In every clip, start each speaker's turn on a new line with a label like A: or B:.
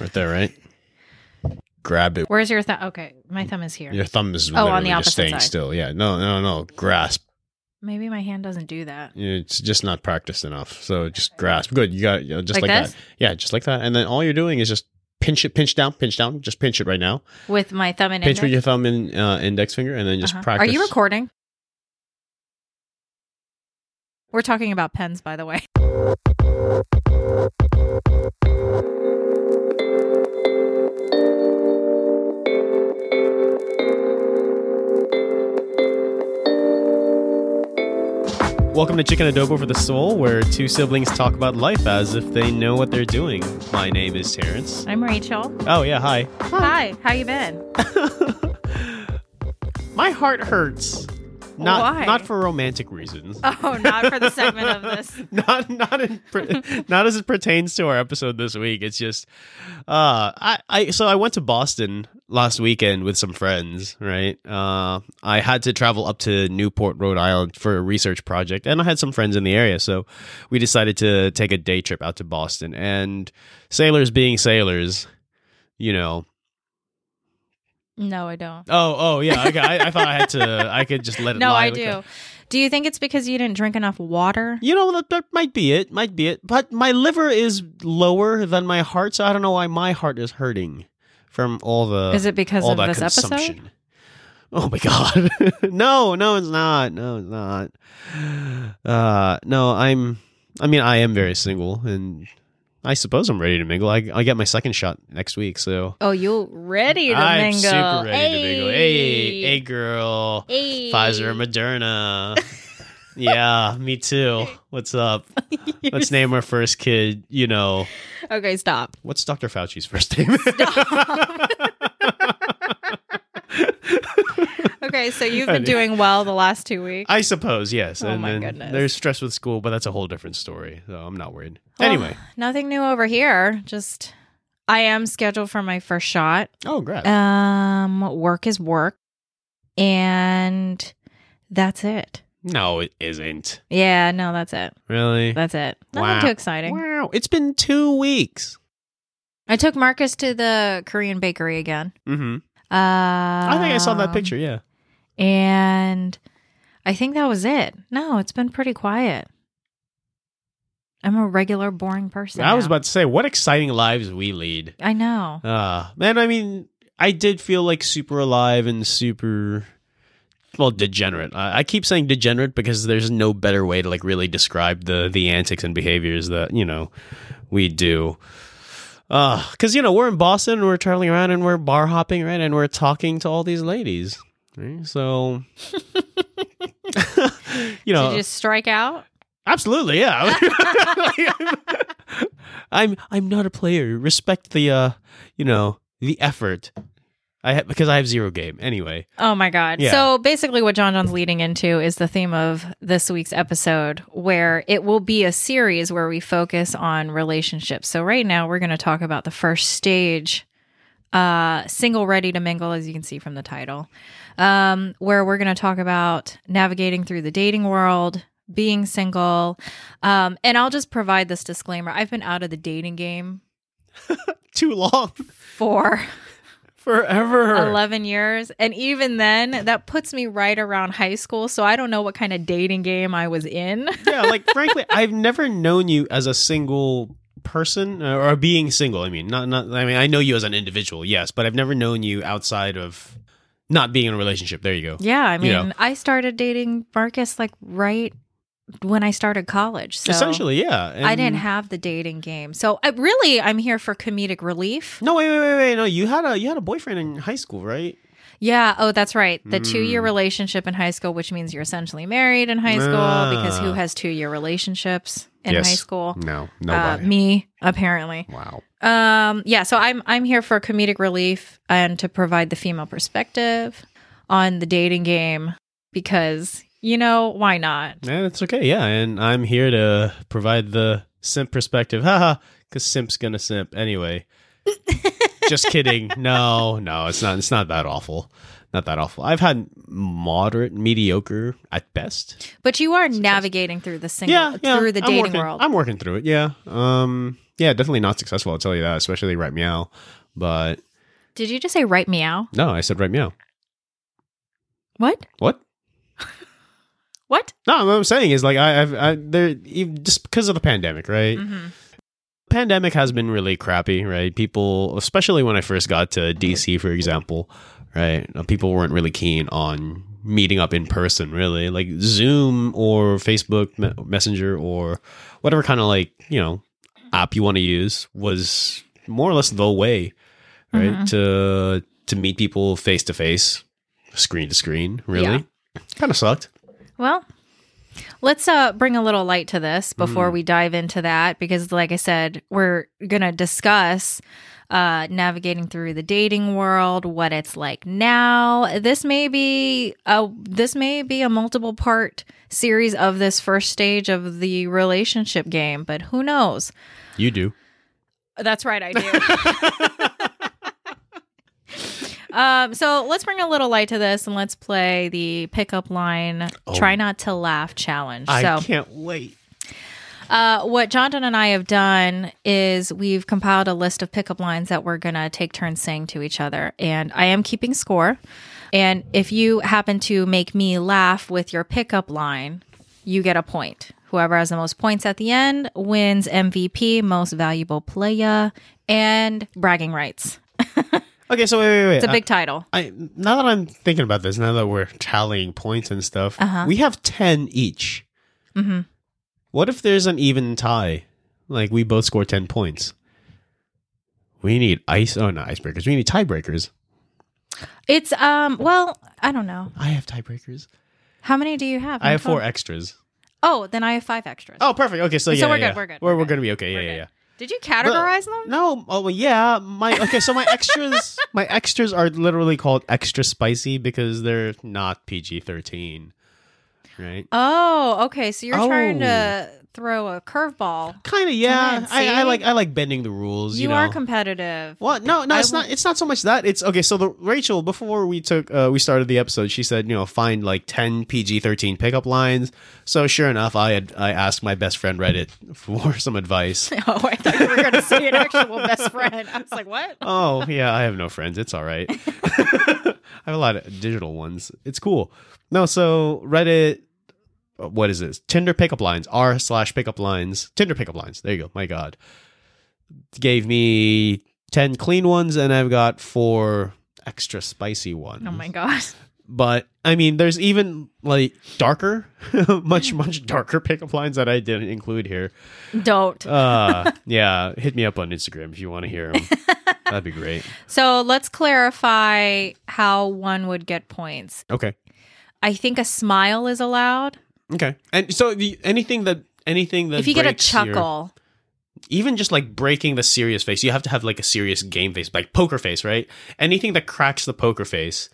A: right there, right? Grab it.
B: Where's your thumb? Okay, my thumb is here.
A: Your thumb is
B: Oh, on
A: literally
B: the
A: just
B: opposite
A: staying
B: side.
A: still. Yeah. No, no, no. Grasp.
B: Maybe my hand doesn't do that.
A: It's just not practiced enough. So just grasp. Good. You got you know, just
B: Like
A: like,
B: this?
A: that. Yeah, just like that. And then all you're doing is just pinch it, pinch down, pinch down. Just pinch it right now.
B: With my thumb and
A: pinch
B: index.
A: with your thumb and uh, index finger, and then just
B: Uh-huh.
A: practice.
B: Are you recording? We're talking about pens, by the way.
A: Welcome to Chicken Adobo for the Soul, where two siblings talk about life as if they know what they're doing. My name is Terrence.
B: I'm Rachel.
A: Oh yeah, hi.
B: Hi. How you been?
A: My heart hurts. Not
B: Why?
A: not for romantic reasons.
B: Oh, not for the segment of this.
A: not not in, per- not as it pertains to our episode this week. It's just uh I, I so I went to Boston last weekend with some friends, right? Uh I had to travel up to Newport, Rhode Island for a research project and I had some friends in the area, so we decided to take a day trip out to Boston and sailors being sailors, you know.
B: No, I don't.
A: Oh, oh yeah, okay. I, I thought I had to I could just let it
B: No,
A: lie
B: I
A: like that.
B: do. Do you think it's because you didn't drink enough water?
A: You know, that, that might be it. Might be it. But my liver is lower than my heart, so I don't know why my heart is hurting from all the
B: Is it because
A: all
B: of
A: that
B: this
A: consumption.
B: episode?
A: Oh my god. no, no, it's not. No, it's not. Uh, no, I'm. I mean, I am very single, and I suppose I'm ready to mingle. I I get my second shot next week, so
B: Oh, you ready to
A: I'm
B: mingle?
A: super ready to mingle. Hey,
B: Hey.
A: hey, girl.
B: Hey.
A: Pfizer, Moderna. yeah, me too. What's up? Let's name our first kid, you know,
B: Okay, stop.
A: what's Dr. Fauci's first name?
B: Okay, so you've
A: I
B: been
A: do.
B: doing well the last two weeks.
A: I suppose, yes.
B: Oh
A: and
B: my
A: then
B: goodness.
A: There's stress with school, but that's a whole different story. So I'm not worried.
B: Well,
A: anyway.
B: nothing new over here. Just I am scheduled for my first shot.
A: Oh, great.
B: Uh, Um, work is work, and that's it.
A: no, it isn't.
B: Yeah, no, that's it.
A: Really?
B: That's it. Nothing
A: Wow.
B: too exciting.
A: Wow. It's been two weeks.
B: I took Marcus to the Korean bakery again.
A: Mm-hmm.
B: Uh, I
A: I think I saw
B: Um,
A: that picture, yeah.
B: and I think that was it. No, it's been pretty quiet. I'm a regular, boring person.
A: I was
B: now.
A: about to say, what exciting lives we lead.
B: I know.
A: Ah, man, I mean, I did feel like super alive and super, well, degenerate. I, I keep saying degenerate because there's no better way to like really describe the the antics and behaviors that you know we do. Because you know we're in Boston and we're traveling around and we're bar hopping right and we're talking to all these ladies, right? so you know
B: Did you just strike out?
A: Absolutely, yeah. I'm I'm not a player. Respect the uh, you know, the effort. I ha- because I have zero game anyway.
B: Oh my God.
A: Yeah.
B: So basically, what John John's leading into is the theme of this week's episode, where it will be a series where we focus on relationships. So, right now, we're going to talk about the first stage, uh, single ready to mingle, as you can see from the title, um, where we're going to talk about navigating through the dating world. Being single. Um, and I'll just provide this disclaimer. I've been out of the dating game
A: Too long,
B: for
A: forever.
B: 11 years. And even then, that puts me right around high school. So I don't know what kind of dating game I was in.
A: yeah, like frankly, I've never known you as a single person uh, or being single. I mean, not not. I mean, I know you as an individual, yes, but I've never known you outside of not being in a relationship. There you go.
B: Yeah. I mean,
A: Yeah.
B: I started dating Marcus like right when I started college. So
A: Essentially, yeah.
B: I
A: And-
B: didn't have the dating game. So I, really, I'm here for comedic relief.
A: No, wait, wait, wait, wait. No, you had a you had a boyfriend in high school, right?
B: Yeah. Oh, that's right. The two year
A: Mm.
B: relationship in high school, which means you're essentially married in high school because
A: Ah.
B: who has two year relationships in
A: Yes.
B: high school?
A: No,
B: Uh, me, apparently.
A: Wow.
B: Um, yeah, so I'm I'm here for comedic relief and to provide the female perspective on the dating game because you know why not?
A: Yeah, that's okay. Yeah, and I'm here to provide the simp perspective. Haha, because simp's gonna simp anyway. Just kidding. No, no, it's not. It's not that awful. Not that awful. I've had moderate, mediocre at best.
B: But you are navigating through the single
A: yeah, yeah.
B: through the
A: I'm
B: dating
A: working-
B: world.
A: I'm working through it. Yeah. Um. yeah, definitely not successful. I'll tell you that, especially right meow. But
B: Did you just say right meow?
A: no, I said right meow.
B: What?
A: What?
B: What?
A: No, what I'm saying is like I, I've I, there even- just because of the pandemic, right?
B: Mm-hmm.
A: pandemic has been really crappy, right? People, especially when I first got to DC, for example, right? uh, People weren't really keen on meeting up in person, really. Like Zoom or Facebook me- Messenger or whatever kind of like, you know, app you want to use was more or less the way, right?
B: Mm-hmm.
A: To to meet people face to face, screen to screen, really. Kind of sucked.
B: Well, let's uh, bring a little light to this before we dive into that, because, like I said, we're going to discuss uh, navigating through the dating world, what it's like now. This may be a this may be a multiple part series of this first stage of the relationship game, but who knows?
A: You do.
B: That's right, I do. um, so let's bring a little light to this and let's play the pickup line try not to laugh challenge.
A: I
B: so
A: can't wait.
B: uh, what Jonathan and I have done is we've compiled a list of pickup lines that we're going to take turns saying to each other. And I am keeping score. And if you happen to make me laugh with your pickup line, you get a point. Whoever has the most points at the end wins MVP, most valuable player, and bragging rights.
A: Okay, so wait, wait, wait. Uh,
B: It's a
A: I-
B: big title.
A: I now that I'm thinking about this, now that we're tallying points and stuff,
B: Uh-huh.
A: we have ten each.
B: Mhm.
A: What if there's an even tie? Like we both score ten points. We need ice. Oh, not icebreakers. We need tiebreakers.
B: It's um. Well, I don't know.
A: I have tiebreakers.
B: How many do you have?
A: I have four
B: Total?
A: extras.
B: Oh, then I have five extras.
A: Oh, perfect. Okay, so
B: So
A: yeah,
B: we're good,
A: yeah.
B: we're good,
A: We're,
B: we're
A: we're
B: good.
A: gonna be okay.
B: We're
A: yeah, yeah,
B: good.
A: yeah.
B: Did you categorize them?
A: No. Oh, well, yeah. My okay. So my extras, my extras are literally called extra spicy because they're not PG thirteen, right?
B: Oh, okay. So you're trying
A: Oh.
B: to throw a curveball.
A: Kind of, yeah.
B: Come on,
A: I, I
B: see?
A: like I like bending the rules.
B: You,
A: You, know?
B: are competitive.
A: Well, no, no,
B: I
A: it's
B: will-
A: not. It's not so much that. It's okay. So the Rachel before we took uh, we started the episode, she said, you know, find like ten PG thirteen pickup lines. So sure enough, I had I asked my best friend Reddit for some advice.
B: Oh, I thought you were going to say an actual best friend. I was like, what?
A: oh yeah, I have no friends. It's all right. I have a lot of digital ones. It's cool. No, so Reddit. uh, What is this? Tinder pickup lines. R slash pickup lines. Tinder pickup lines. There you go. My God, gave me ten clean ones, and I've got four extra spicy ones.
B: Oh my gosh.
A: But I mean, there's even like darker, much much darker pickup lines that I didn't include here.
B: Don't.
A: Uh, yeah, hit me up on Instagram if you want to hear them. That'd be great.
B: So let's clarify how one would get points.
A: Okay.
B: I think a smile is allowed.
A: Okay. And so the, anything that anything that
B: if you get a
A: breaks your-
B: chuckle,
A: even just like breaking the serious face, you have to have like a serious game face, like poker face, right? Anything that cracks the poker face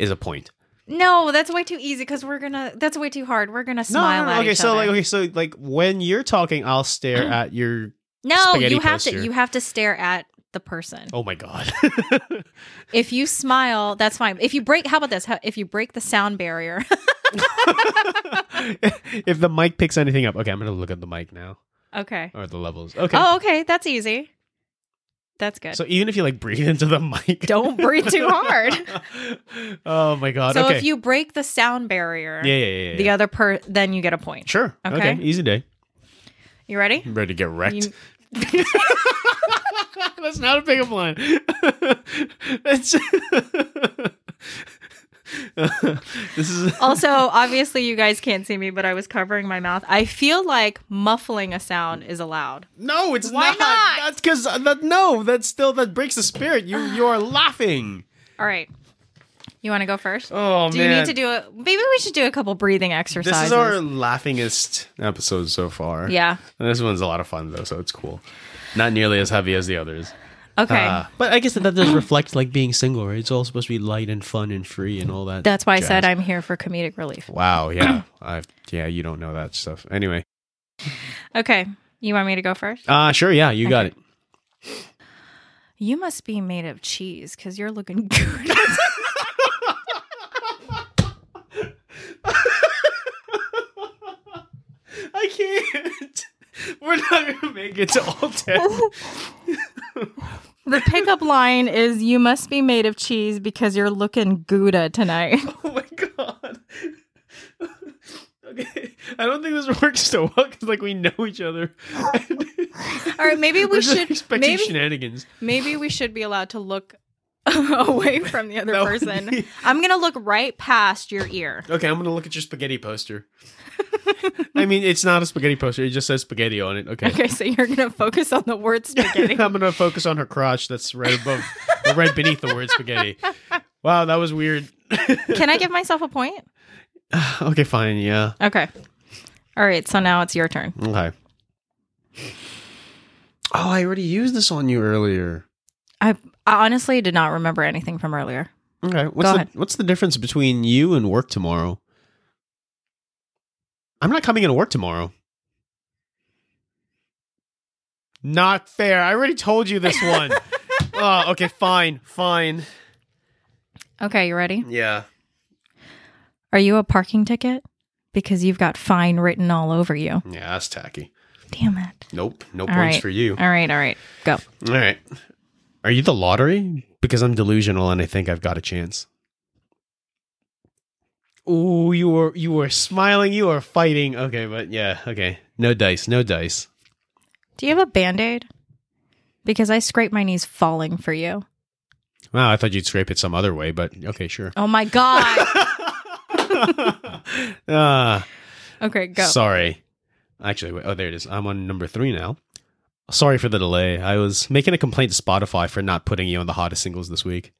A: is a point.
B: no, that's way too easy because we're gonna. That's way too hard. We're gonna smile at
A: okay,
B: each
A: so
B: other.
A: like okay, so like when you're talking, I'll stare at your.
B: no,
A: spaghetti
B: you have
A: poster.
B: to. You have to stare at the person.
A: Oh my god.
B: If you smile, that's fine. If you break, how about this? How, if you break the sound barrier,
A: if the mic picks anything up, okay, I'm gonna look at the mic now
B: okay.
A: or the levels. Okay.
B: Oh, okay, that's easy. That's good.
A: So even if you like breathe into the mic,
B: Don't breathe too hard.
A: oh my god.
B: so
A: okay.
B: if you break the sound barrier,
A: yeah, yeah, yeah, yeah.
B: the other per, then you get a point.
A: sure.
B: Okay.
A: okay. Easy day.
B: You ready?
A: I'm ready to get wrecked.
B: You-
A: That's not a pickup line. That's this is
B: also, obviously, you guys can't see me, but I was covering my mouth. I feel like muffling a sound is allowed.
A: no, it's
B: Why not?
A: That's because that no, that's still that breaks the spirit. You you are laughing.
B: All right. You want to go first?
A: Oh
B: do you need to do a? Maybe we should do a couple breathing exercises.
A: This is our laughingest episode so far.
B: yeah.
A: and this one's a lot of fun though, so it's cool. Not nearly as heavy as the others.
B: Okay.
A: Uh, but I guess that, that does reflect like being single, right? It's all supposed to be light and fun and free and all that.
B: That's why I said
A: jazz.
B: I'm here for comedic relief.
A: Wow, yeah. I yeah, you don't know that stuff. Anyway.
B: Okay. You want me to go first?
A: Uh sure, yeah, you got it.
B: You must be made of cheese because you're looking good.
A: I can't. We're not gonna make it to Oh all ten.
B: The pickup line is You must be made of cheese because you're looking Gouda tonight.
A: Oh my god. okay, I don't think this works so well because like we know each other.
C: All right, maybe
A: We're
C: we
A: just
C: should
A: expecting
C: maybe,
A: shenanigans.
C: maybe we should be allowed to look away from the other
A: That would
C: person.
A: be-
C: I'm gonna look right past your ear.
A: Okay, I'm gonna look at your spaghetti poster. I mean, it's not a spaghetti poster; it just says spaghetti on it. Okay,
B: Okay, so you're gonna focus on the word spaghetti.
A: I'm gonna focus on her crotch. That's right above, or right beneath the word spaghetti. Wow, that was weird.
B: Can I give myself a point?
A: Okay, fine. Yeah.
B: Okay. All right, so now it's your turn.
A: Okay. Oh, I already used this on you earlier.
B: I, I honestly did not remember anything from earlier.
A: Okay. What's
B: Go
A: the
B: ahead.
A: what's the difference between you and work tomorrow? I'm not coming into work tomorrow. Not fair. I already told you this one. oh, okay, fine, fine.
B: Okay, you ready?
A: Yeah.
B: Are you a parking ticket? Because you've got fine written all over you.
A: Yeah, that's tacky.
B: Damn it.
A: Nope. No
B: All
A: points
B: right.
A: for you.
B: All right, all right. Go.
A: All right. Are you the lottery? Because I'm delusional and I think I've got a chance. Ooh, you were you were smiling, you were fighting. Okay, but yeah, okay. No dice, no dice.
B: Do you have a band aid? Because I scraped my knees falling for you.
A: Wow, I thought you'd scrape it some other way, but okay, sure.
B: Oh my God.
A: Ah,
B: okay, go.
A: Sorry. Actually, wait, oh, there it is. I'm on number three now. Sorry for the delay. I was making a complaint to Spotify for not putting you on the hottest singles this week.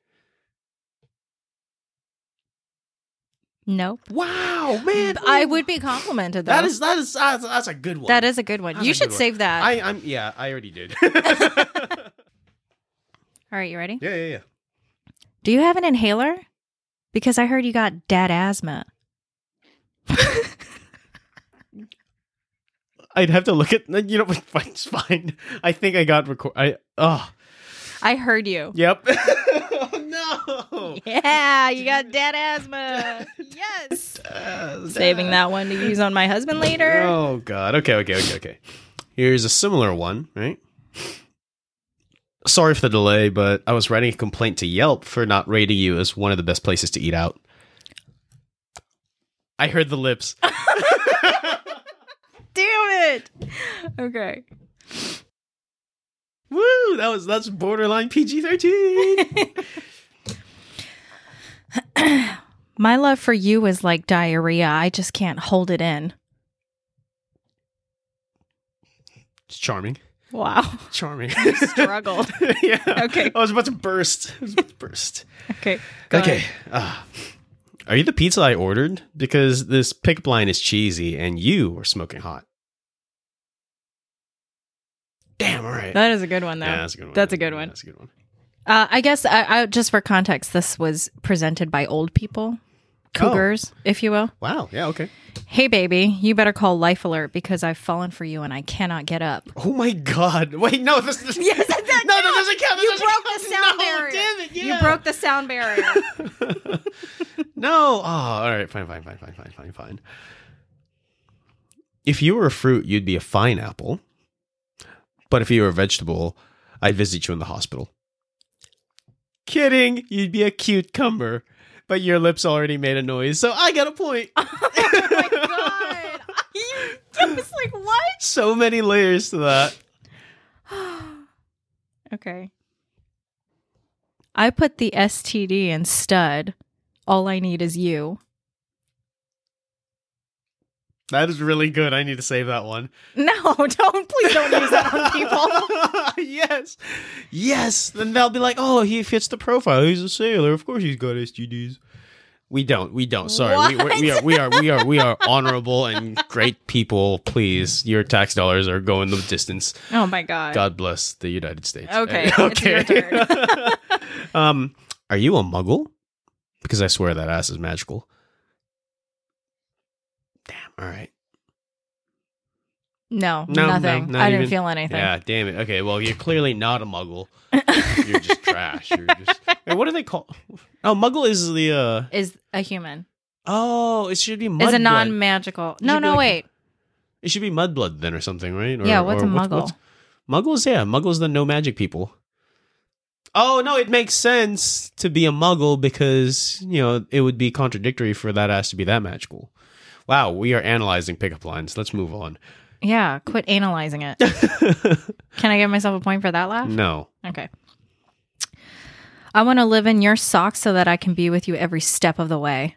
B: nope.
A: Wow, man!
B: I would be complimented though.
A: That is that is that's, that's a good one.
B: that is a good one.
A: That's
B: You
A: a
B: should
A: good one.
B: save that.
A: I, I'm yeah. I already did.
B: all right, you ready?
A: yeah, yeah, yeah.
B: Do you have an inhaler? Because I heard you got dad asthma.
A: I'd have to look at you know. fine, It's fine. I think I got record. I oh
B: I heard you.
A: yep. oh no.
B: Yeah, you got dad asthma. yes. Saving that one to use on my husband later.
A: Oh god. Okay, okay, okay, okay. Here's a similar one, right? Sorry for the delay, but I was writing a complaint to Yelp for not rating you as one of the best places to eat out. I heard the lips.
B: Damn it. Okay.
A: Woo! That was that's borderline PG thirteen.
B: My love for you is like diarrhea. I just can't hold it in.
A: It's charming.
B: Wow.
A: Charming.
B: Struggled.
A: yeah.
B: Okay.
A: I was about to burst. I was about to burst.
B: Okay.
A: okay. Ah. are you the pizza I ordered? Because this pickup line is cheesy and you are smoking hot. Damn, all right.
B: That is a good one, though.
A: Yeah, that's a good one.
B: That's a good one.
A: That's a good one.
B: Uh, I guess, I, I, just for context, this was presented by old people,
A: Oh.
B: cougars, if you will.
A: Wow. Yeah, okay.
B: Hey, baby, you better call Life Alert because I've fallen for you and I cannot get up.
A: Oh my god. Wait, no, this is
B: Yes, that- that
A: No, that doesn't count. That
B: You
A: doesn't count.
B: broke the sound
A: no, Damn it,
B: barrier.
A: yeah.
B: You broke the sound barrier. Oh
A: No. Oh, all right. Fine, fine, fine, fine, fine, fine, fine. If you were a fruit, you'd be a fine apple. But if you were a vegetable, I'd visit you in the hospital. Kidding. You'd be a cucumber. But your lips already made a noise, so I got a point.
B: oh my god! You, I was like, what?
A: so many layers to that.
B: Okay. I put the STD in stud. All I need is you.
A: That is really good. I need to save that one.
B: No, don't please don't use that on people.
A: yes. Yes. Then they'll be like, oh, he fits the profile. He's a sailor. Of course he's got STDs. We don't. We don't. Sorry. We, we, we are. We are. We are. We are honorable and great people. Please, your tax dollars are going the distance.
B: Oh my god.
A: God bless the United States.
B: Okay, it's your
A: um, are you a muggle? Because I swear that ass is magical. Damn. All right.
B: No,
A: No, no,
B: nothing.
A: not
B: I didn't
A: even-
B: feel anything.
A: Yeah, damn it. Okay, well, you're clearly not a muggle. you're just trash. You're just. Hey, what do they call? Oh, muggle is the. uh
B: Is a human.
A: Oh, it should be mudblood.
B: Is a non magical.
A: should
B: No,
A: be
B: no,
A: like-
B: wait.
A: It should be mudblood then, or something, right? Or,
B: yeah, what's
A: or
B: a
A: what-
B: muggle?
A: what's- Muggles, yeah, muggles the no magic people. Oh no, it makes sense to be a muggle because, you know, it would be contradictory for that ass to be that magical. Wow, we are analyzing pickup lines. Let's move on.
B: Yeah, quit analyzing it. Can I give myself a point for that laugh?
A: no.
B: Okay. I want to live in your socks so that I can be with you every step of the way.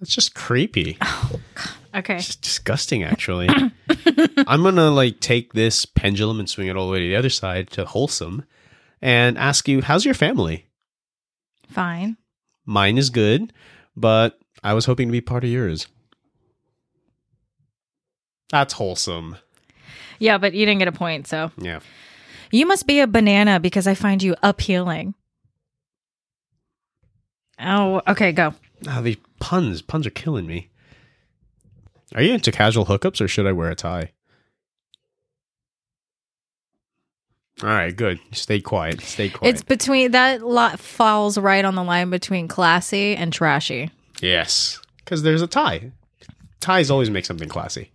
A: It's just creepy.
B: Okay.
A: It's disgusting actually. I'm going to like take this pendulum and swing it all the way to the other side to wholesome and ask you, how's your family?
B: Fine.
A: Mine is good, but I was hoping to be part of yours. That's wholesome.
B: Yeah, but you didn't get a point, so.
A: Yeah.
B: You must be a banana because I find you appealing. Oh, okay, go.
A: Ah, these puns, puns are killing me. Are you into casual hookups or should I wear a tie? All right, good. Stay quiet. Stay quiet.
B: It's between that lot falls right on the line between classy and trashy.
A: yes, because there's a tie. Ties always make something classy.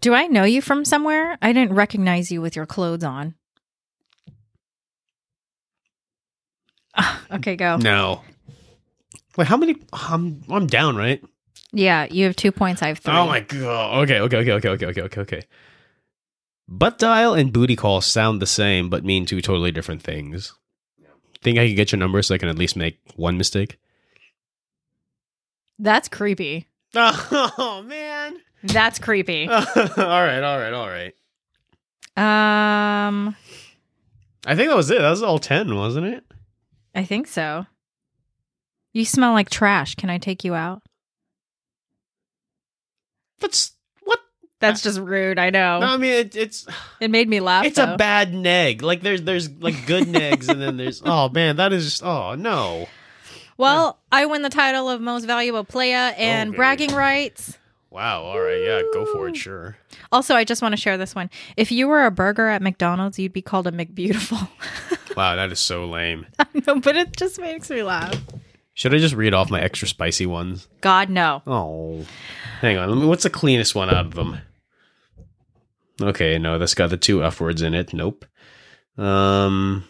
B: Do I know you from somewhere? I didn't recognize you with your clothes on. Ah, okay, go.
A: No. Wait, how many? I'm I'm down, right?
B: Yeah, you have two points. I have three.
A: Oh my god. Okay, okay, okay, okay, okay, okay, okay, okay. Butt dial and booty call sound the same, but mean two totally different things. Think I can get your number so I can at least make one mistake?
B: That's creepy.
A: Oh man.
B: That's creepy.
A: all right, all right, all right. Uh.
B: Um,
A: I think that was it. That was all ten, wasn't it?
B: I think so. You smell like trash. Can I take you out?
A: That's what.
B: That's just rude. I know.
A: No, I mean it, it's
B: it made me laugh.
A: it's
B: though.
A: a bad neg. Like there's there's like good negs, and then there's oh man, that is just oh no.
B: Well, I win the title of most valuable player and
A: Okay.
B: bragging rights.
A: Wow. All right. Yeah. Go for it. Sure.
B: Also, I just want to share this one. If you were a burger at McDonald's, you'd be called a McBeautiful.
A: Wow. That is so lame.
B: no, but it just makes me laugh.
A: Should I just read off my extra spicy ones?
B: God no.
A: Oh, hang on. Let me. What's the cleanest one out of them? Okay, no, that's got the two F words in it. Nope. Um,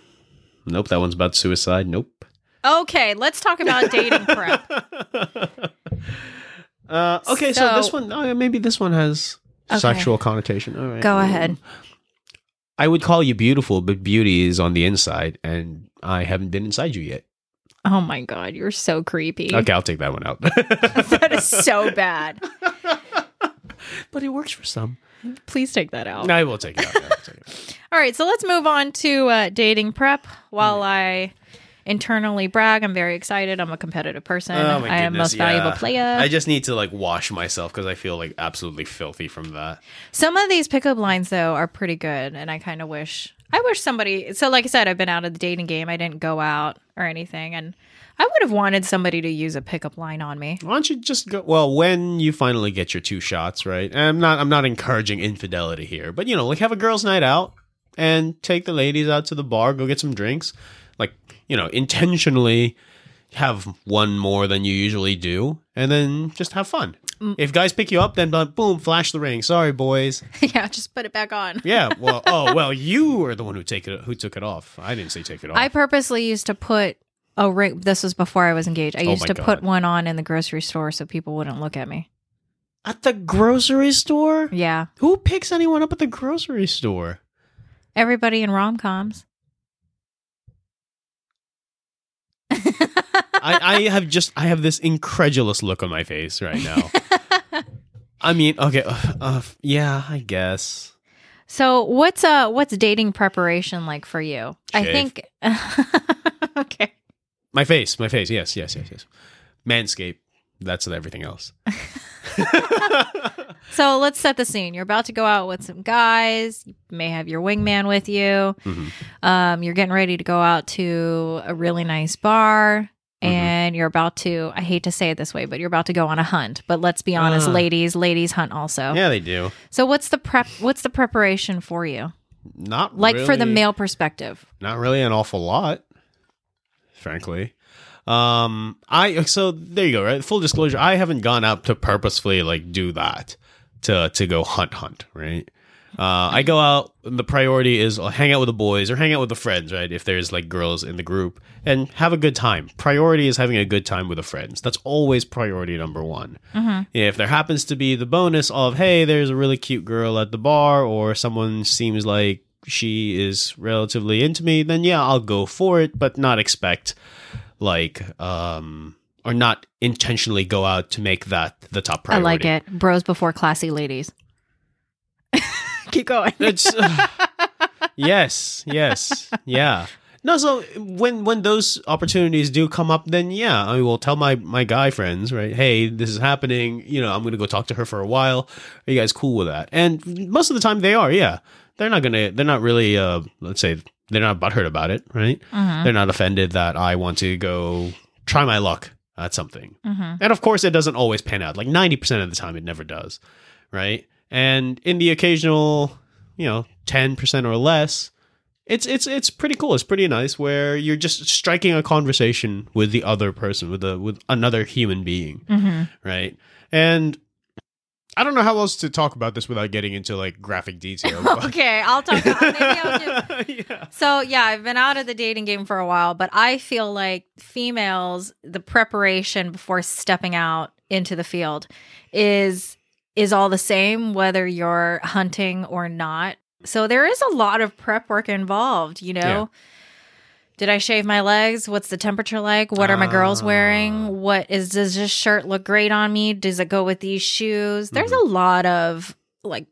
A: nope. That one's about suicide. Nope.
B: Okay, let's talk about dating prep.
A: Uh, okay, so,
B: So-
A: this one, oh, yeah, maybe this one has
B: Okay.
A: sexual connotation. All right.
B: Go ahead.
A: I would call you beautiful, but beauty is on the inside, and I haven't been inside you yet.
B: Oh my god, you're so creepy.
A: Okay, I'll take that one out.
B: That is so bad.
A: but it works for some.
B: Please take that out.
A: I will take it out. I will take it out.
B: All right, so let's move on to uh, dating prep. While
A: Mm.
B: I internally brag, I'm very excited. I'm a competitive person.
A: Oh my
B: I am
A: goodness,
B: most valuable
A: yeah.
B: player.
A: I just need to like wash myself because I feel like absolutely filthy from that.
B: Some of these pickup lines though are pretty good, and I kind of wish I wish somebody. So, like I said, I've been out of the dating game. I didn't go out or anything, and I would have wanted somebody to use a pickup line on me.
A: Why don't you just go? Well, when you finally get your two shots, right? And I'm not. I'm not encouraging infidelity here, but you know, like have a girls' night out and take the ladies out to the bar, go get some drinks, like you know, intentionally have one more than you usually do, and then just have fun. If guys pick you up, then like, boom, flash the ring. Sorry, boys.
B: yeah, just put it back on.
A: Yeah. Well. oh well. You were the one who take it. Who took it off? I didn't say take it off.
B: I purposely used to put a ring. This was before I was engaged. I
A: Oh
B: used
A: my
B: to
A: God.
B: put one on in the grocery store so people wouldn't look at me.
A: At the grocery store?
B: Yeah,
A: Who picks anyone up at the grocery store?
B: everybody in rom coms.
A: I, I have just I have this incredulous look on my face right now. I mean, okay, uh, uh, yeah, I guess.
B: So what's uh what's dating preparation like for you? I
A: Shave.
B: think okay.
A: My face, my face. Yes, yes, yes, yes. Manscape. That's everything else.
B: So let's set the scene. You're about to go out with some guys. You may have your wingman with you.
A: Mhm.
B: Um, you're getting ready to go out to a really nice bar.
A: Mhm.
B: And you're about to, I hate to say it this way, but you're about to go on a hunt. But let's be honest,
A: Ah.
B: ladies, ladies hunt also.
A: Yeah, they do.
B: So what's the prep what's the preparation for you?
A: Not
B: Like for the
A: really-
B: male perspective.
A: not really an awful lot frankly um i so there you go right full disclosure i haven't gone out to purposefully like do that to to go hunt hunt right Uh, I go out. And the priority is I'll hang out with the boys or hang out with the friends, right? If there's like girls in the group, and have a good time. Priority is having a good time with the friends. That's always priority number one.
B: Mm-hmm.
A: If there happens to be the bonus of hey, there's a really cute girl at the bar, or someone seems like she is relatively into me, then yeah, I'll go for it, but not expect like um or not intentionally go out to make that the top
B: I
A: priority.
B: like it. Bros before classy ladies. Keep going.
A: It's ugh. yes, yes, yeah. No, so when when those opportunities do come up, then yeah, I will tell my my guy friends, right? Hey, this is happening. You know, I'm gonna go talk to her for a while. Are you guys cool with that? And most of the time, they are. Yeah, they're not gonna. They're not really. Uh, let's say they're not butthurt about it, right?
B: Mm-hmm.
A: They're not offended that I want to go try my luck at something.
B: Mhm.
A: And of course, it doesn't always pan out. Like 90% of the time, it never does. Right. And in the occasional, you know, 10% or less, it's, it's, it's pretty cool. It's pretty nice where you're just striking a conversation with the other person, with the, with another human being.
B: Mhm.
A: Right. And I don't know how else to talk about this without getting into like graphic detail. but-
B: Okay, I'll talk. About, maybe I'll do
A: yeah.
B: So, yeah, I've been out of the dating game for a while, but I feel like females, the preparation before stepping out into the field is is all the same whether you're hunting or not. So there is a lot of prep work involved, you know.
A: Yeah.
B: Did I shave my legs? What's the temperature like? What are my girls
A: Ah.
B: wearing? What is does this shirt look great on me? Does it go with these shoes? There's
A: Mm-hmm.
B: a lot of like,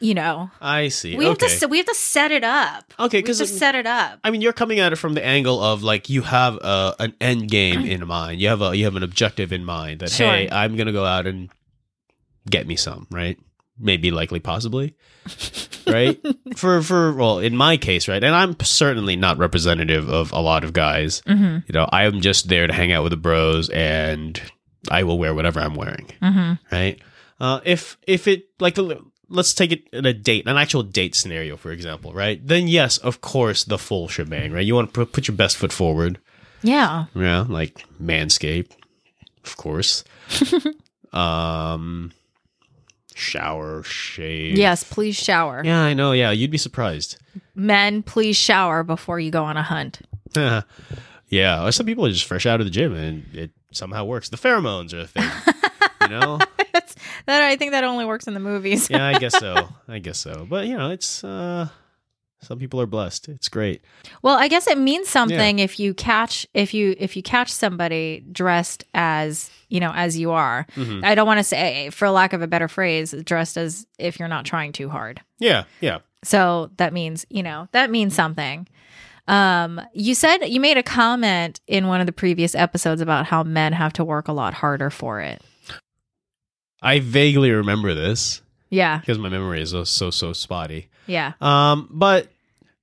B: you know,
A: I see.
B: we have
A: okay.
B: to se- we have to set it up.
A: Okay,
B: We have
A: 'cause
B: to set it up.
A: I mean, you're coming at it from the angle of like you have a, an end game in mind. You have a you have an objective in mind that
B: Sure.
A: hey, I'm gonna go out and get me some, right? Maybe, likely, possibly, right? for for well, in my case, right, and I'm certainly not representative of a lot of guys.
B: Mm-hmm.
A: You know, I am just there to hang out with the bros, and I will wear whatever I'm wearing
B: Mm-hmm.
A: right? Uh, if if it like the let's take it in a date, an actual date scenario, for example, right? Then yes, of course, the full shebang, right? You want to put your best foot forward,
B: Yeah.
A: yeah, like manscape, of course. um, shower, shave.
B: Yes, please shower.
A: Yeah, I know. Yeah, you'd be surprised.
B: Men, please shower before you go on a hunt.
A: yeah, or some people are just fresh out of the gym and it somehow works. The pheromones are a thing, you know.
B: That's that. I think that only works in the movies.
A: yeah, I guess so. I guess so. But you know, it's uh some people are blessed. It's great.
B: Well, I guess it means something if you catch if you if you catch somebody dressed as you know as you are.
A: Mhm.
B: I don't want to say, for lack of a better phrase, dressed as if you're not trying too hard.
A: Yeah, yeah.
B: So that means, you know, that means something. Um, you said you made a comment in one of the previous episodes about how men have to work a lot harder for it.
A: I vaguely remember this
B: Yeah,
A: because my memory is so so, so spotty.
B: yeah.
A: Um, but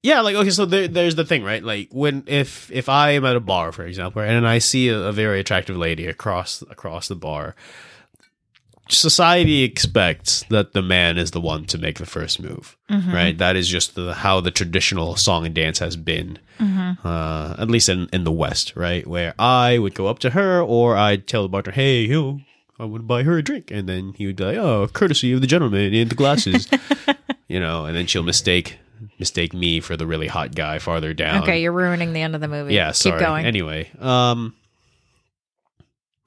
A: yeah, like okay, so there, there's the thing, right? Like when if if I am at a bar, for example, and I see a, a very attractive lady across across the bar, society expects that the man is the one to make the first move,
B: Mhm.
A: right? That is just the, how the traditional song and dance has been,
B: Mm-hmm.
A: uh, at least in in the West, right? Where I would go up to her, or I'd tell the bartender, "Hey, you." I would buy her a drink, and then he would be like, "Oh, courtesy of the gentleman in the glasses." you know, and then she'll mistake mistake me for the really hot guy farther down.
B: Okay, you're ruining the end of the movie.
A: Um, yeah,
B: keep
A: sorry.
B: going.
A: Anyway, um,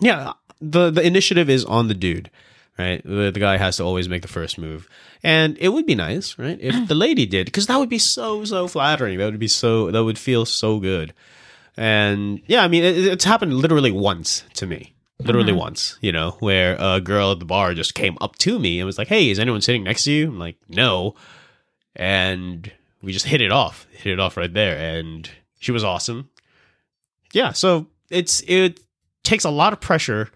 A: yeah, the the initiative is on the dude, right? The, the guy has to always make the first move, and it would be nice, right, if the lady did, because that would be so so flattering. That would be so that would feel so good, and yeah, I mean, it, it's happened literally once to me. Literally once, you know, where a girl at the bar just came up to me and was like, "Hey, is anyone sitting next to you?" I'm like, "No," and we just hit it off, hit it off right there, and she was awesome. Yeah, so it's it takes a lot of pressure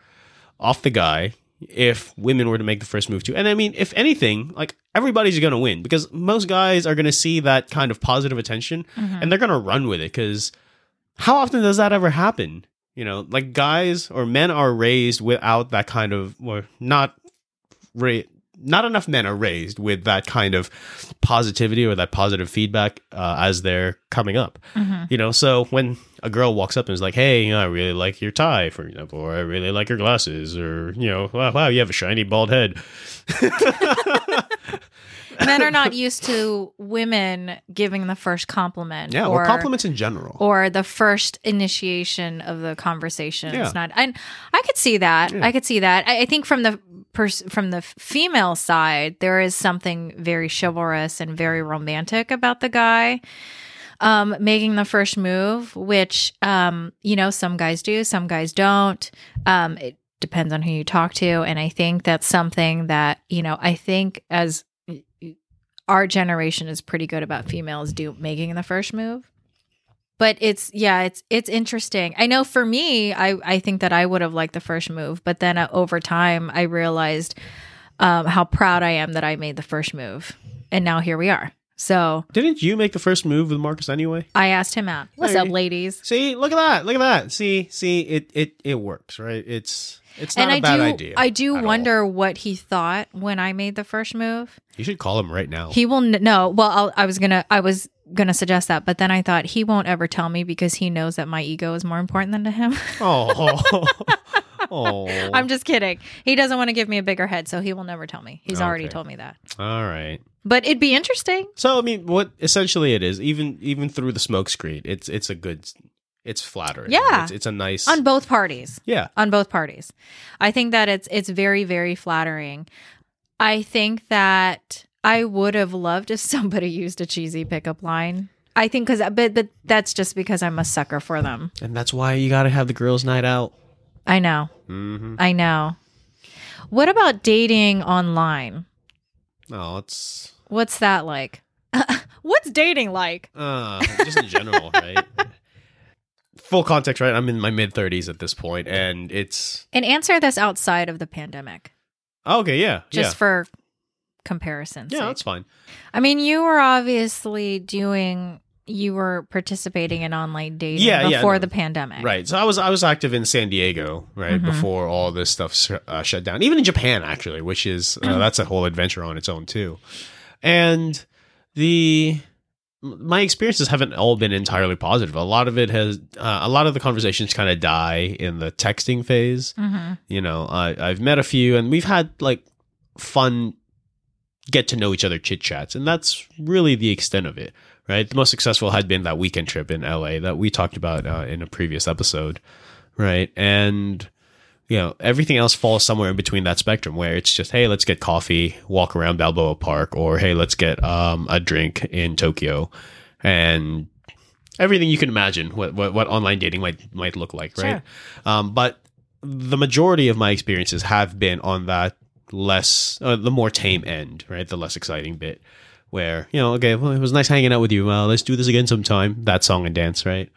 A: off the guy if women were to make the first move too. And I mean, if anything, like everybody's going to win because most guys are going to see that kind of positive attention
B: Mm-hmm.
A: and
B: Mm.
A: they're going to run with it cuz how often does that ever happen? You know, like guys or men are raised without that kind of or not ra- not enough men are raised with that kind of positivity or that positive feedback uh, as they're coming up.
B: Mm-hmm. Mm.
A: You know, so when a girl walks up and is like, "Hey, you know, I really like your tie," for example, or "I really like your glasses," or you know, "Wow, wow you have a shiny bald head,"
B: men are not used to women giving the first compliment.
A: Yeah,
B: or,
A: well, compliments in general.
B: or the first initiation of the conversation.
A: Yeah.
B: It's not. And I could see that.
A: Yeah.
B: I could see that. I, I think from the pers- from the female side, there is something very chivalrous and very romantic about the guy um, making the first move, which um, you know some guys do, some guys don't. Um, it depends on who you talk to, and I think that's something that you know. I think as our generation is pretty good about females do making the first move but it's yeah it's it's interesting i know for me i i think that i would have liked the first move but then uh, over time i realized um how proud i am that i made the first move and now here we are so
A: Didn't you make the first move with Marcus anyway?
B: i asked him out what's
A: Hey.
B: up ladies
A: See, look at that. Look at that. See, see, it it it works, right? It's it's not
B: and
A: a
B: I
A: bad
B: do,
A: idea.
B: I do
A: at all.
B: wonder what he thought when I made the first move.
A: You should call him right now.
B: He will n- no. Well, I'll, I was gonna, I was gonna suggest that, but then I thought he won't ever tell me because he knows that my ego is more important than to him.
A: oh. oh.
B: I'm just kidding. He doesn't want to give me a bigger head, so he will never tell me. He's already
A: Okay.
B: told me that.
A: All right.
B: But it'd be interesting.
A: So I mean, what essentially it is, even even through the smoke screen, it's it's a good, it's flattering.
B: Yeah.
A: it's, it's a nice.
B: on both parties
A: yeah,
B: on both parties i think that it's it's very very flattering i think that i would have loved if somebody used a cheesy pickup line i think because but, but that's just because i'm a sucker for them
A: and that's why you got to have the girls' night out.
B: i know
A: Mm-hmm.
B: i know what about dating online
A: No, Oh, it's
B: what's that like what's dating like
A: uh, just in general, right? Full context, right? I'm in my mid 30s at this point, and it's
B: and answer this outside of the pandemic
A: okay. Yeah,
B: just
A: yeah,
B: for comparison
A: yeah. That's fine.
B: I mean, you were obviously doing, you were participating in online dating
A: Yeah, yeah,
B: before
A: no.
B: the pandemic.
A: Right. So I was I was active in San Diego right
B: Mhm.
A: before all this stuff sh- uh, shut down. Even in Japan actually, which is uh, that's a whole adventure on its own too. And the m- my experiences haven't all been entirely positive. A lot of it has uh, a lot of the conversations kind of die in the texting phase.
B: hmm
A: You know, I I've met a few and we've had like fun get to know each other chit chats and that's really the extent of it right the most successful had been that weekend trip in la that we talked about uh, in a previous episode right and you know everything else falls somewhere in between that spectrum where it's just hey let's get coffee walk around balboa park or hey let's get um, a drink in tokyo and everything you can imagine what, what, what online dating might might look like right um, but the majority of my experiences have been on that less uh, the more tame end right the less exciting bit where you know okay well it was nice hanging out with you uh, let's do this again sometime that song and dance right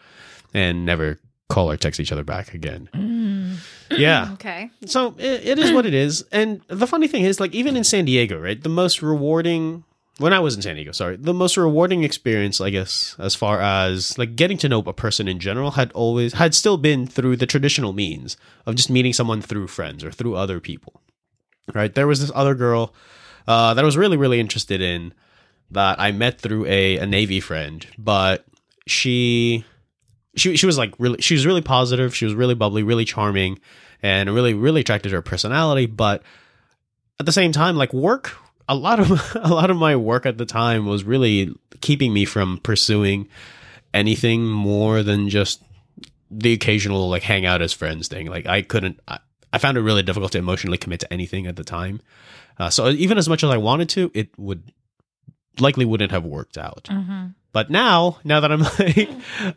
A: and never call or text each other back again yeah
B: Okay.
A: so it, it is what it is and the funny thing is like even in san diego right the most rewarding when i was in san diego sorry the most rewarding experience i guess as far as like getting to know a person in general had always had still been through the traditional means of just meeting someone through friends or through other people right there was this other girl uh, that i was really really interested in that i met through a, a navy friend but she she she was like really she was really positive she was really bubbly really charming and I really really attracted to her personality but at the same time like work a lot of a lot of my work at the time was really keeping me from pursuing anything more than just the occasional like hang out as friends thing like i couldn't i, I found it really difficult to emotionally commit to anything at the time uh, so even as much as i wanted to it would likely wouldn't have worked out
B: hmm
A: but now, now that I'm like,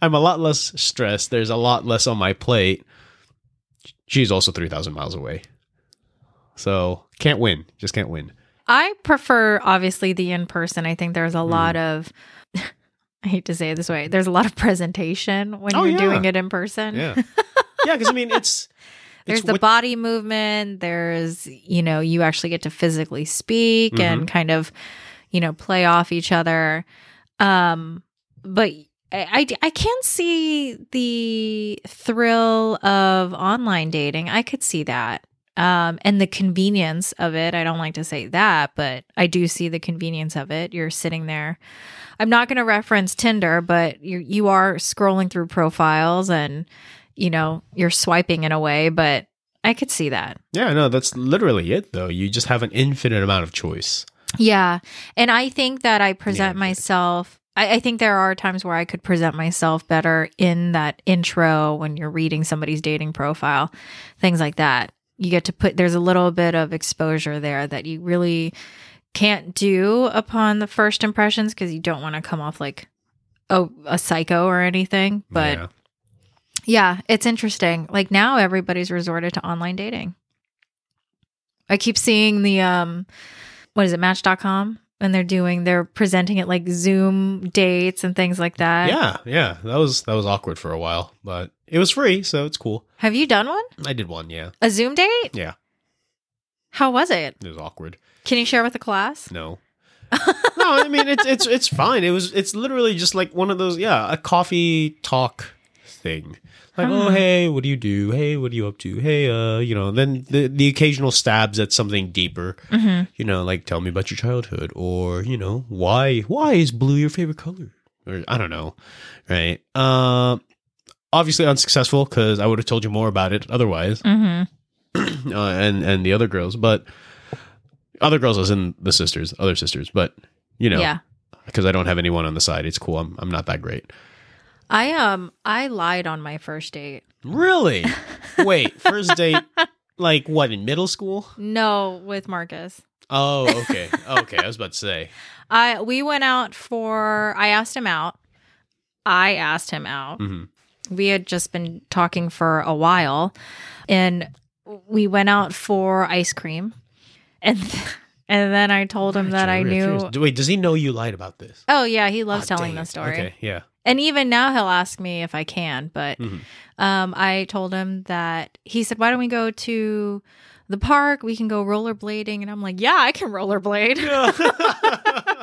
A: I'm a lot less stressed. There's a lot less on my plate. She's also three thousand miles away, so can't win. Just can't win.
B: I prefer, obviously, the in person. I think
A: Mm.
B: there's a lot of, I hate to say it this way, there's a lot of presentation when
A: Oh,
B: you're
A: yeah.
B: doing it in person.
A: Yeah, yeah. Because I mean, it's
B: There's
A: it's
B: the
A: what-
B: body movement. There's, you know, you actually get to physically speak and kind of, you know, play off each other. Um, but I, I, I can see the thrill of online dating. I could see that. Um, and the convenience of it. I don't like to say that, but I do see the convenience of it. You're sitting there. I'm not going to reference Tinder, but you you are scrolling through profiles and you know, you're swiping in a way, but I could see that.
A: yeah. No, that's literally it though. You just have an infinite amount of choice.
B: Yeah. And I think that I present
A: but-
B: myself. I, I think there are times where I could present myself better in that intro when you're reading somebody's dating profile, things like that. You get to put, there's a little bit of exposure there that you really can't do upon the first impressions because you don't want to come off like a, a psycho or anything. But
A: Yeah.
B: yeah, it's interesting. Like now everybody's resorted to online dating. I keep seeing the um what is it, match.com? And they're doing they're presenting it like Zoom dates and things like that.
A: yeah, yeah, that was that was awkward for a while, but it was free, so it's cool.
B: Have you done one?
A: I did one, yeah,
B: A Zoom date?
A: Yeah.
B: How was it?
A: it was awkward.
B: Can you share with the class?
A: No. no, I mean it's it's it's fine. It was it's literally just like one of those yeah, a coffee talk thing. Like, oh
B: Hmm.
A: hey, what do you do? Hey, what are you up to? Hey, uh, you know, then the the occasional stabs at something deeper.
B: Mhm.
A: You know, like tell me about your childhood or, you know, why why is blue your favorite color? Or I don't know. Right? Um obviously unsuccessful cuz I would have told you more about it otherwise
B: Mhm.
A: uh, and and the other girls, but other girls as in the sisters, other sisters, but you know,
B: Yeah.
A: because I don't have anyone on the side, it's cool. I'm I'm not that great.
B: I um I lied on my first date.
A: Really? Wait, first date, like what in middle school?
B: No, with Marcus.
A: Oh, okay, okay. I was about to say,
B: I we went out for I asked him out. I asked him out.
A: Mhm.
B: we had just been talking for a while and we went out for ice cream and and then i told him that i
A: Actually, I'm
B: knew
A: really curious. Wait, does he know you lied about this?
B: oh yeah he loves
A: Ah,
B: telling
A: dang
B: the
A: it.
B: story
A: Okay, yeah.
B: and even now he'll ask me if i can but
A: Mhm.
B: um, i told him that he said why don't we go to the park we can go rollerblading and i'm like yeah i can rollerblade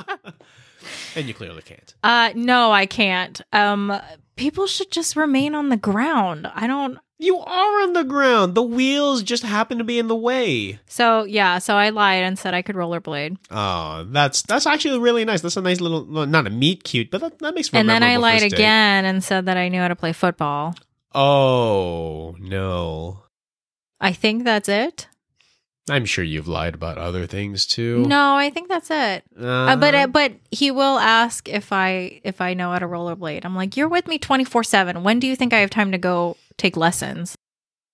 A: and you clearly can't.
B: uh no i can't um people should just remain on the ground i don't
A: You are on the ground. The wheels just happen to be in the way.
B: so yeah so i lied and said i could rollerblade
A: Oh, that's that's actually really nice. That's a nice little well, not a meat cute, but that, that makes for a
B: and then I
A: memorable
B: lied
A: first date.
B: again and said that I knew how to play football.
A: Oh no,
B: I think that's it.
A: I'm sure you've lied about other things too.
B: No, I think that's it. Uh, but
A: Uh-huh.
B: uh, but he will ask if I if I know how to rollerblade. I'm like, you're with me 24 seven. When do you think I have time to go take lessons?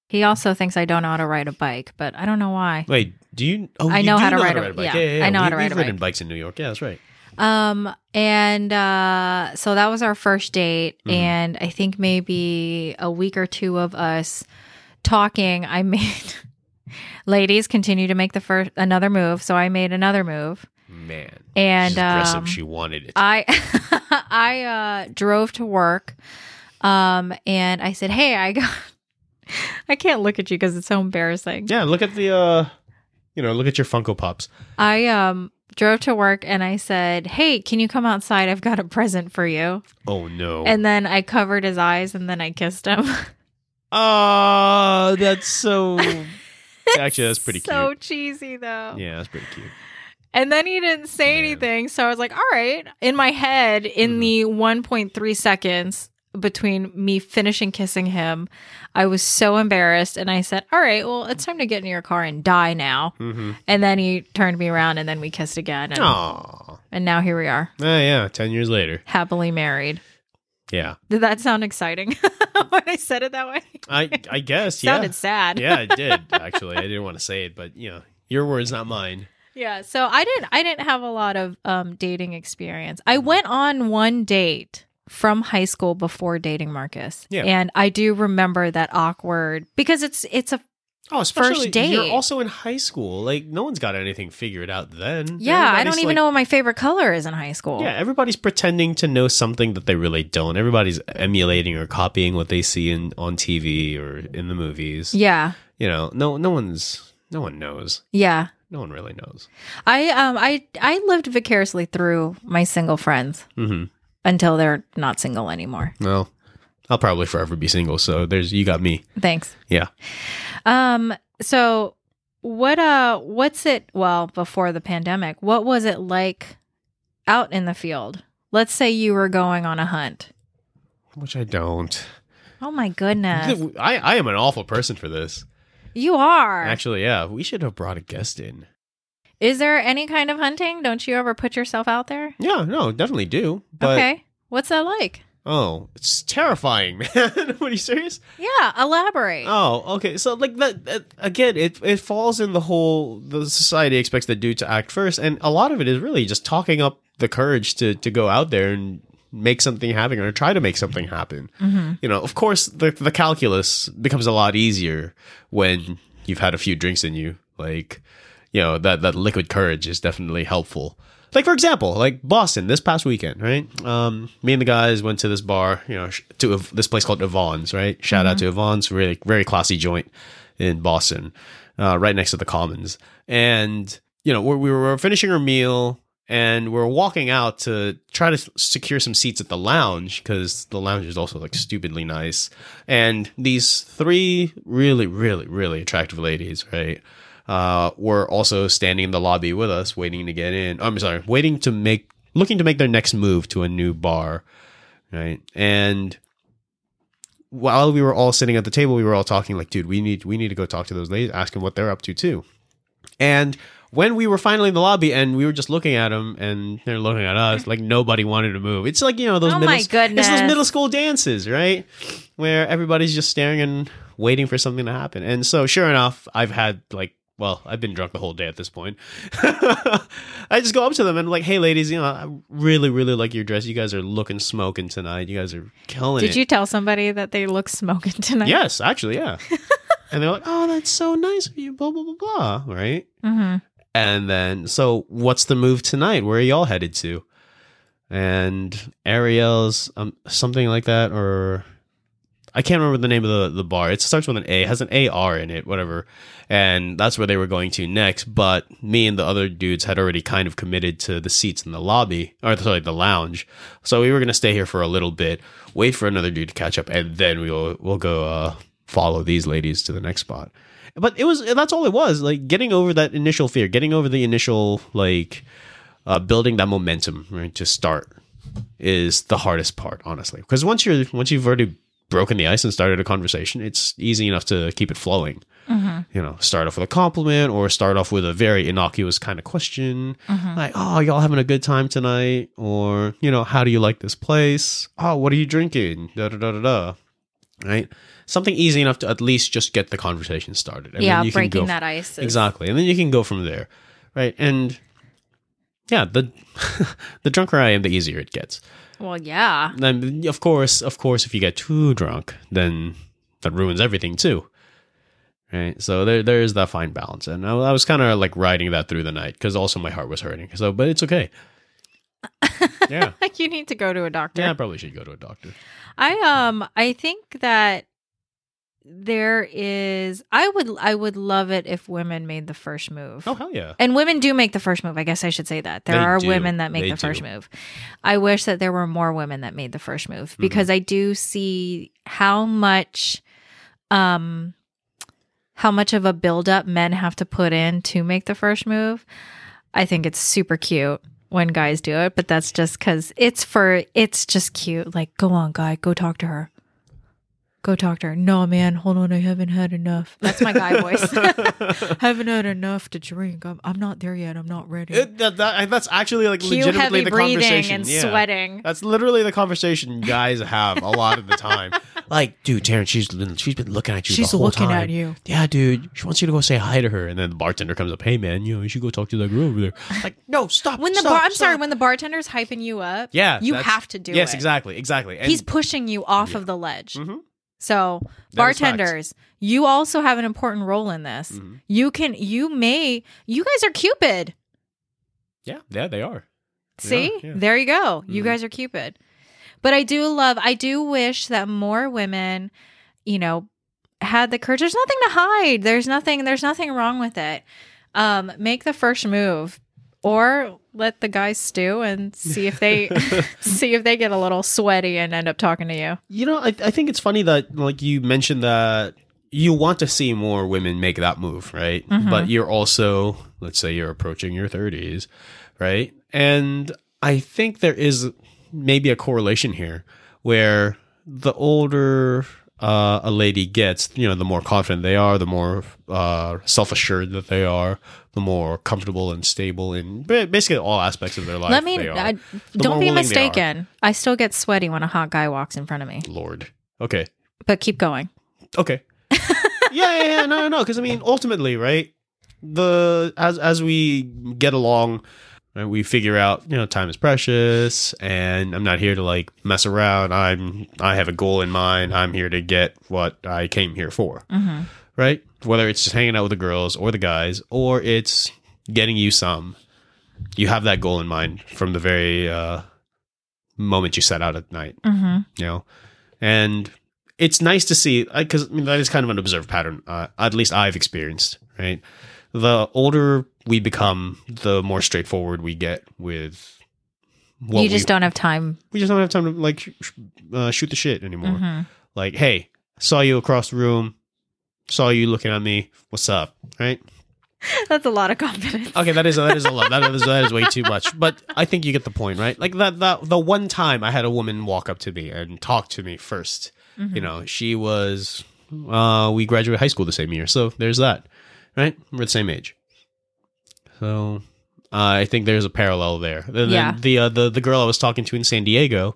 B: He also thinks I don't know how to ride a bike, but I don't know why.
A: wait, do you? Oh,
B: I
A: you
B: know
A: do
B: how to ride a-
A: bike.
B: yeah, I know how
A: We-
B: to ride
A: we've
B: a
A: ridden
B: bike.
A: bikes in New York. Yeah, that's right.
B: Um, and uh, so that was our first date,
A: Mhm.
B: and I think maybe a week or two of us talking, I made ladies continue to make the first another move, so I made another move,
A: Man,
B: and
A: she's aggressive.
B: um,
A: she wanted it.
B: I I uh, drove to work, um, and I said, "Hey, I got." I can't look at you because it's so embarrassing.
A: yeah, look at the uh, you know, look at your Funko Pops.
B: I um drove to work and I said, "Hey, can you come outside? I've got a present for you."
A: Oh no.
B: And then I covered his eyes and then I kissed him.
A: oh, that's so. Actually, that's pretty
B: so
A: cute.
B: cheesy though.
A: Yeah, that's pretty cute.
B: And then he didn't say
A: Man.
B: anything. So I was like, all right. In my head, in
A: Mhm.
B: the 1.3 seconds between me finishing kissing him, I was so embarrassed. And I said, all right, well, it's time to get in your car and die now.
A: Mm-hmm.
B: And then he turned me around and then we kissed again. And,
A: Aww.
B: and now here we are,
A: Oh yeah, ten years later.
B: happily married.
A: Yeah,
B: Did that sound exciting when I said it that way?
A: I I guess yeah.
B: Sounded sad.
A: yeah, it did actually. I didn't want to say it, but you know, your words, not mine.
B: Yeah, so I didn't I didn't have a lot of um dating experience. I
A: Mm-hmm.
B: went on one date from high school before dating Marcus.
A: Yeah.
B: And I do remember that awkward because it's it's a
A: Oh,
B: especially- date.
A: You're also in high school. Like no one's got anything figured out then.
B: yeah, I don't
A: Everybody's,
B: even
A: like-
B: know what my favorite color is in high school.
A: Yeah, everybody's pretending to know something that they really don't. Everybody's emulating or copying what they see in on TV or in the movies.
B: Yeah.
A: You know, no no one's no one knows.
B: Yeah.
A: No one really knows.
B: I um I I lived vicariously through my single friends
A: Mhm.
B: until they're not single anymore.
A: Well, I'll probably forever be single, so there's you got me.
B: Thanks.
A: Yeah.
B: Um so what uh what's it well before the pandemic what was it like out in the field? Let's say you were going on a hunt.
A: Which I don't.
B: Oh my goodness.
A: I, I am an awful person for this.
B: You are.
A: Actually, yeah, we should have brought a guest in.
B: Is there any kind of hunting? Don't you ever put yourself out there?
A: Yeah, no, definitely do. But
B: okay. What's that like?
A: oh, it's terrifying, man. what are you serious?
B: Yeah, elaborate.
A: Oh, okay. So like that, that again, it it falls in the whole the society expects the dude to act first, and a lot of it is really just talking up the courage to to go out there and make something happen or try to make something happen.
B: Mm-hmm.
A: You know, of course, the the calculus becomes a lot easier when you've had a few drinks in you. Like, you know, that that liquid courage is definitely helpful. Like for example, like Boston this past weekend, right? Um, me and the guys went to this bar, you know, sh- to Ev- this place called Yvonne's, right? Shout out to Yvonne's, really very classy joint in Boston, uh, right next to the Commons. And you know, we're, we were finishing our meal and we're walking out to try to s- secure some seats at the lounge because the lounge is also like stupidly nice. And these three really, really, really attractive ladies, right? uh, were also standing in the lobby with us, waiting to get in. I'm sorry, waiting to make, looking to make their next move to a new bar, right? And while we were all sitting at the table, we were all talking like, dude, we need, we need to go talk to those ladies, ask them what they're up to too. And when we were finally in the lobby and we were just looking at them and they're looking at us, like nobody wanted to move. It's like, you know, those
B: Oh
A: middle,
B: my
A: it's
B: goodness.
A: those middle school dances, right? Where everybody's just staring and waiting for something to happen. And so sure enough, I've had like well, I've been drunk the whole day at this point. I just go up to them and like, hey ladies, you know, I really, really like your dress. You guys are looking smoking tonight. You guys are killing it.
B: Did you tell somebody that they look smoking tonight?
A: Yes, actually, yeah. and they're like, "Oh, that's so nice of you." Blah blah blah blah. Right.
B: Mhm.
A: And then, so what's the move tonight? Where are y'all headed to? And Ariel's um, something like that, or I can't remember the name of the the bar. It starts with an A, has an A R in it, whatever. And that's where they were going to next. But me and the other dudes had already kind of committed to the seats in the lobby, or sorry, the lounge. So we were gonna stay here for a little bit, wait for another dude to catch up, and then we'll we'll go uh, follow these ladies to the next spot. But it was that's all it was like getting over that initial fear, getting over the initial like uh, building that momentum right to start is the hardest part, honestly. Because once you're once you've already broken the ice and started a conversation, it's easy enough to keep it flowing.
B: Mm-hmm.
A: You know, start off with a compliment or start off with a very innocuous kind of question,
B: Mm-hmm.
A: like "Oh, y'all having a good time tonight?" or you know, "How do you like this place?" "Oh, what are you drinking?" Da da da da da. Right, something easy enough to at least just get the conversation started. And
B: yeah,
A: then you can
B: breaking
A: go-
B: that ice. Is,
A: Exactly. And then you can go from there. Right. And yeah, the the drunker I am, the easier it gets.
B: Well, yeah.
A: Then of course, of course, if you get too drunk, then that ruins everything too. Right. So there there is that fine balance. And I, I was kind of like riding that through the night because also my heart was hurting. So but it's okay. yeah.
B: you need to go to a doctor.
A: Yeah, I probably should go to a doctor.
B: I um I think that there is I would I would love it if women made the first move.
A: Oh hell yeah.
B: And women do make the first move. I guess I should say that. There
A: They
B: are
A: do.
B: women that make
A: They
B: the first
A: do.
B: move. I wish that there were more women that made the first move
A: Mm-hmm.
B: because I do see how much um how much of a build up men have to put in to make the first move. I think it's super cute when guys do it, but that's just cuz it's for it's just cute. Like go on guy, go talk to her. Go talk to her. No man, hold on, I haven't had enough. That's my guy voice.
D: haven't had enough to drink. I'm, I'm not there yet. I'm not ready.
A: It- that- that- that's actually like
B: cue
A: legitimately
B: heavy
A: the
B: breathing
A: conversation
B: and
A: Yeah. Uh,
B: sweating.
A: That's literally the conversation guys have a lot of the time. like, dude, Taryn, she's been, she's been looking at you.
D: She's
A: the whole
D: looking
A: time.
D: at you.
A: Yeah, dude, she wants you to go say hi to her, and then the bartender comes up. Hey, man, you know you should go talk to that girl over there. Like, no, stop.
B: When the
A: stop,
B: bar, I'm
A: stop.
B: sorry, when the bartender's hyping you up,
A: yeah,
B: you
A: that's-
B: have to do
A: Yes,
B: it.
A: exactly, exactly. And Mm-hmm.
B: He's pushing you off of the ledge. So
A: That is fact.
B: bartenders, you also have an important role in this.
A: Mm-hmm.
B: You can, you may, you guys are Cupid.
A: yeah, yeah, they are.
B: See,
A: yeah. Mm-hmm.
B: there you go. You guys are Cupid. But I do love, I do wish that more women, you know, had the courage. There's nothing to hide. There's nothing, there's nothing wrong with it. Um, make the first move or let the guys stew and see if they see if they get a little sweaty and end up talking to you.
A: You know, I, I think it's funny that like you mentioned that you want to see more women make that move, right?
B: Mm-hmm.
A: But you're also, let's say, you're approaching your 30s, right? And I think there is maybe a correlation here where the older uh, a lady gets, you know, the more confident they are, the more uh, self assured that they are, the more comfortable and stable in ba- basically all aspects of their life.
B: Let me
A: they are.
B: I,
A: The more
B: don't
A: willing
B: be
A: they are.
B: mistaken. I still get sweaty when a hot guy walks in front of me.
A: Lord. Okay.
B: But keep going.
A: Okay. yeah, yeah, yeah. No, no, no. Because I mean, ultimately, right? The as as we get along, right, we figure out you know time is precious, and I'm not here to like mess around. I'm I have a goal in mind. I'm here to get what I came here for,
B: hmm
A: right? Whether it's just hanging out with the girls or the guys, or it's getting you some, you have that goal in mind from the very uh, moment you set out at night
B: hmm
A: you know and it's nice to see because I, mean that is kind of an observed pattern uh, at least i've experienced right the older we become the more straightforward we get with what
B: you just
A: we,
B: don't have time.
A: we just don't have time to like sh- sh- uh, shoot the shit anymore
B: Mhm.
A: like hey saw you across the room saw you looking at me what's up right
B: That's a lot of confidence.
A: okay that is that is a lot that is that is way too much but i think you get the point right like that that the one time i had a woman walk up to me and talk to me first you know she was uh we graduated high school the same year so there's that right we're the same age so uh, i think there's a parallel there and then
B: Yeah.
A: the uh, the the girl i was talking to in san diego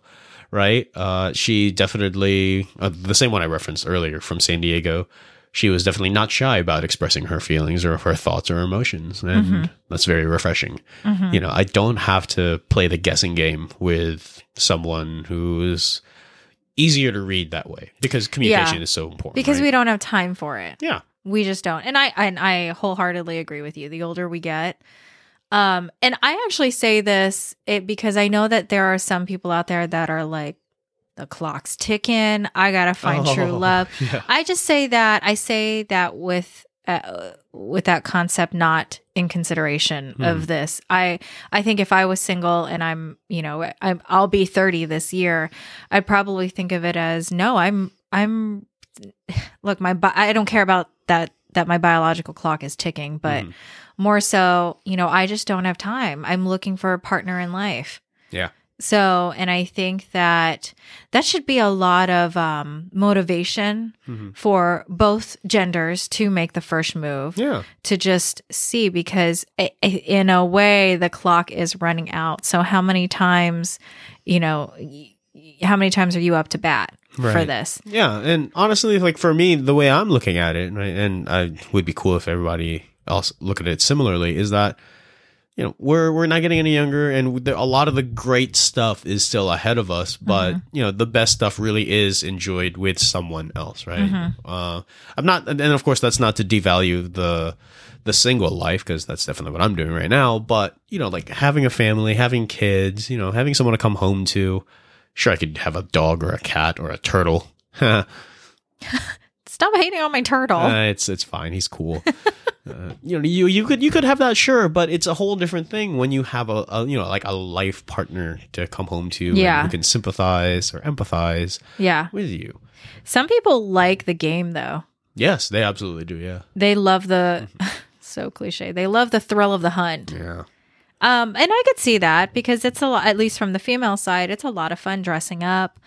A: right uh she definitely uh, the same one i referenced earlier from san diego she was definitely not shy about expressing her feelings or her thoughts or emotions and
B: Mm-hmm.
A: that's very refreshing
B: Mm.
A: you know i don't have to play the guessing game with someone who's easier to read that way because communication is so important
B: Because
A: right?
B: we don't have time for it.
A: yeah
B: We just don't. And I and I wholeheartedly agree with you. The older we get, um, and I actually say this it, because I know that there are some people out there that are like, the clock's ticking. I gotta find true
A: Oh,
B: love.
A: yeah
B: I just say that. I say that with uh, with that concept not in consideration of this. I I think if I was single and I'm you know I'm I'll be thirty this year, I'd probably think of it as no. I'm I'm look my bi- I don't care about that that my biological clock is ticking, but
A: Mhm.
B: more so you know I just don't have time. I'm looking for a partner in life.
A: Yeah.
B: So, and I think that that should be a lot of um, motivation
A: Mhm.
B: for both genders to make the first move
A: yeah
B: to just see because i- i- in a way the clock is running out so how many times you know y- y- how many times are you up to bat for
A: Right.
B: this
A: Yeah, and honestly, like for me, the way I'm looking at it, right, and I would be cool if everybody else looked at it similarly, is that you know we're we're not getting any younger, and there, a lot of the great stuff is still ahead of us, but you know the best stuff really is enjoyed with someone else, right? Uh, I'm not, and and of course that's not to devalue the the single life because that's definitely what I'm doing right now, but you know, like having a family, having kids, you know, having someone to come home to. Sure, I could have a dog or a cat or a turtle, uh,
B: stop hating on my turtle
A: it's it's fine. He's cool. Uh, you know, you you could you could have that, sure, but it's a whole different thing when you have a, a you know like a life partner to come home to, and
B: Yeah.
A: who can sympathize or empathize
B: yeah
A: with you.
B: some people like the game though
A: Yes, they absolutely do. Yeah,
B: they love the so cliche they love the thrill of the hunt
A: yeah,
B: Um, and I could see that because it's a lot, at least from the female side, it's a lot of fun dressing up.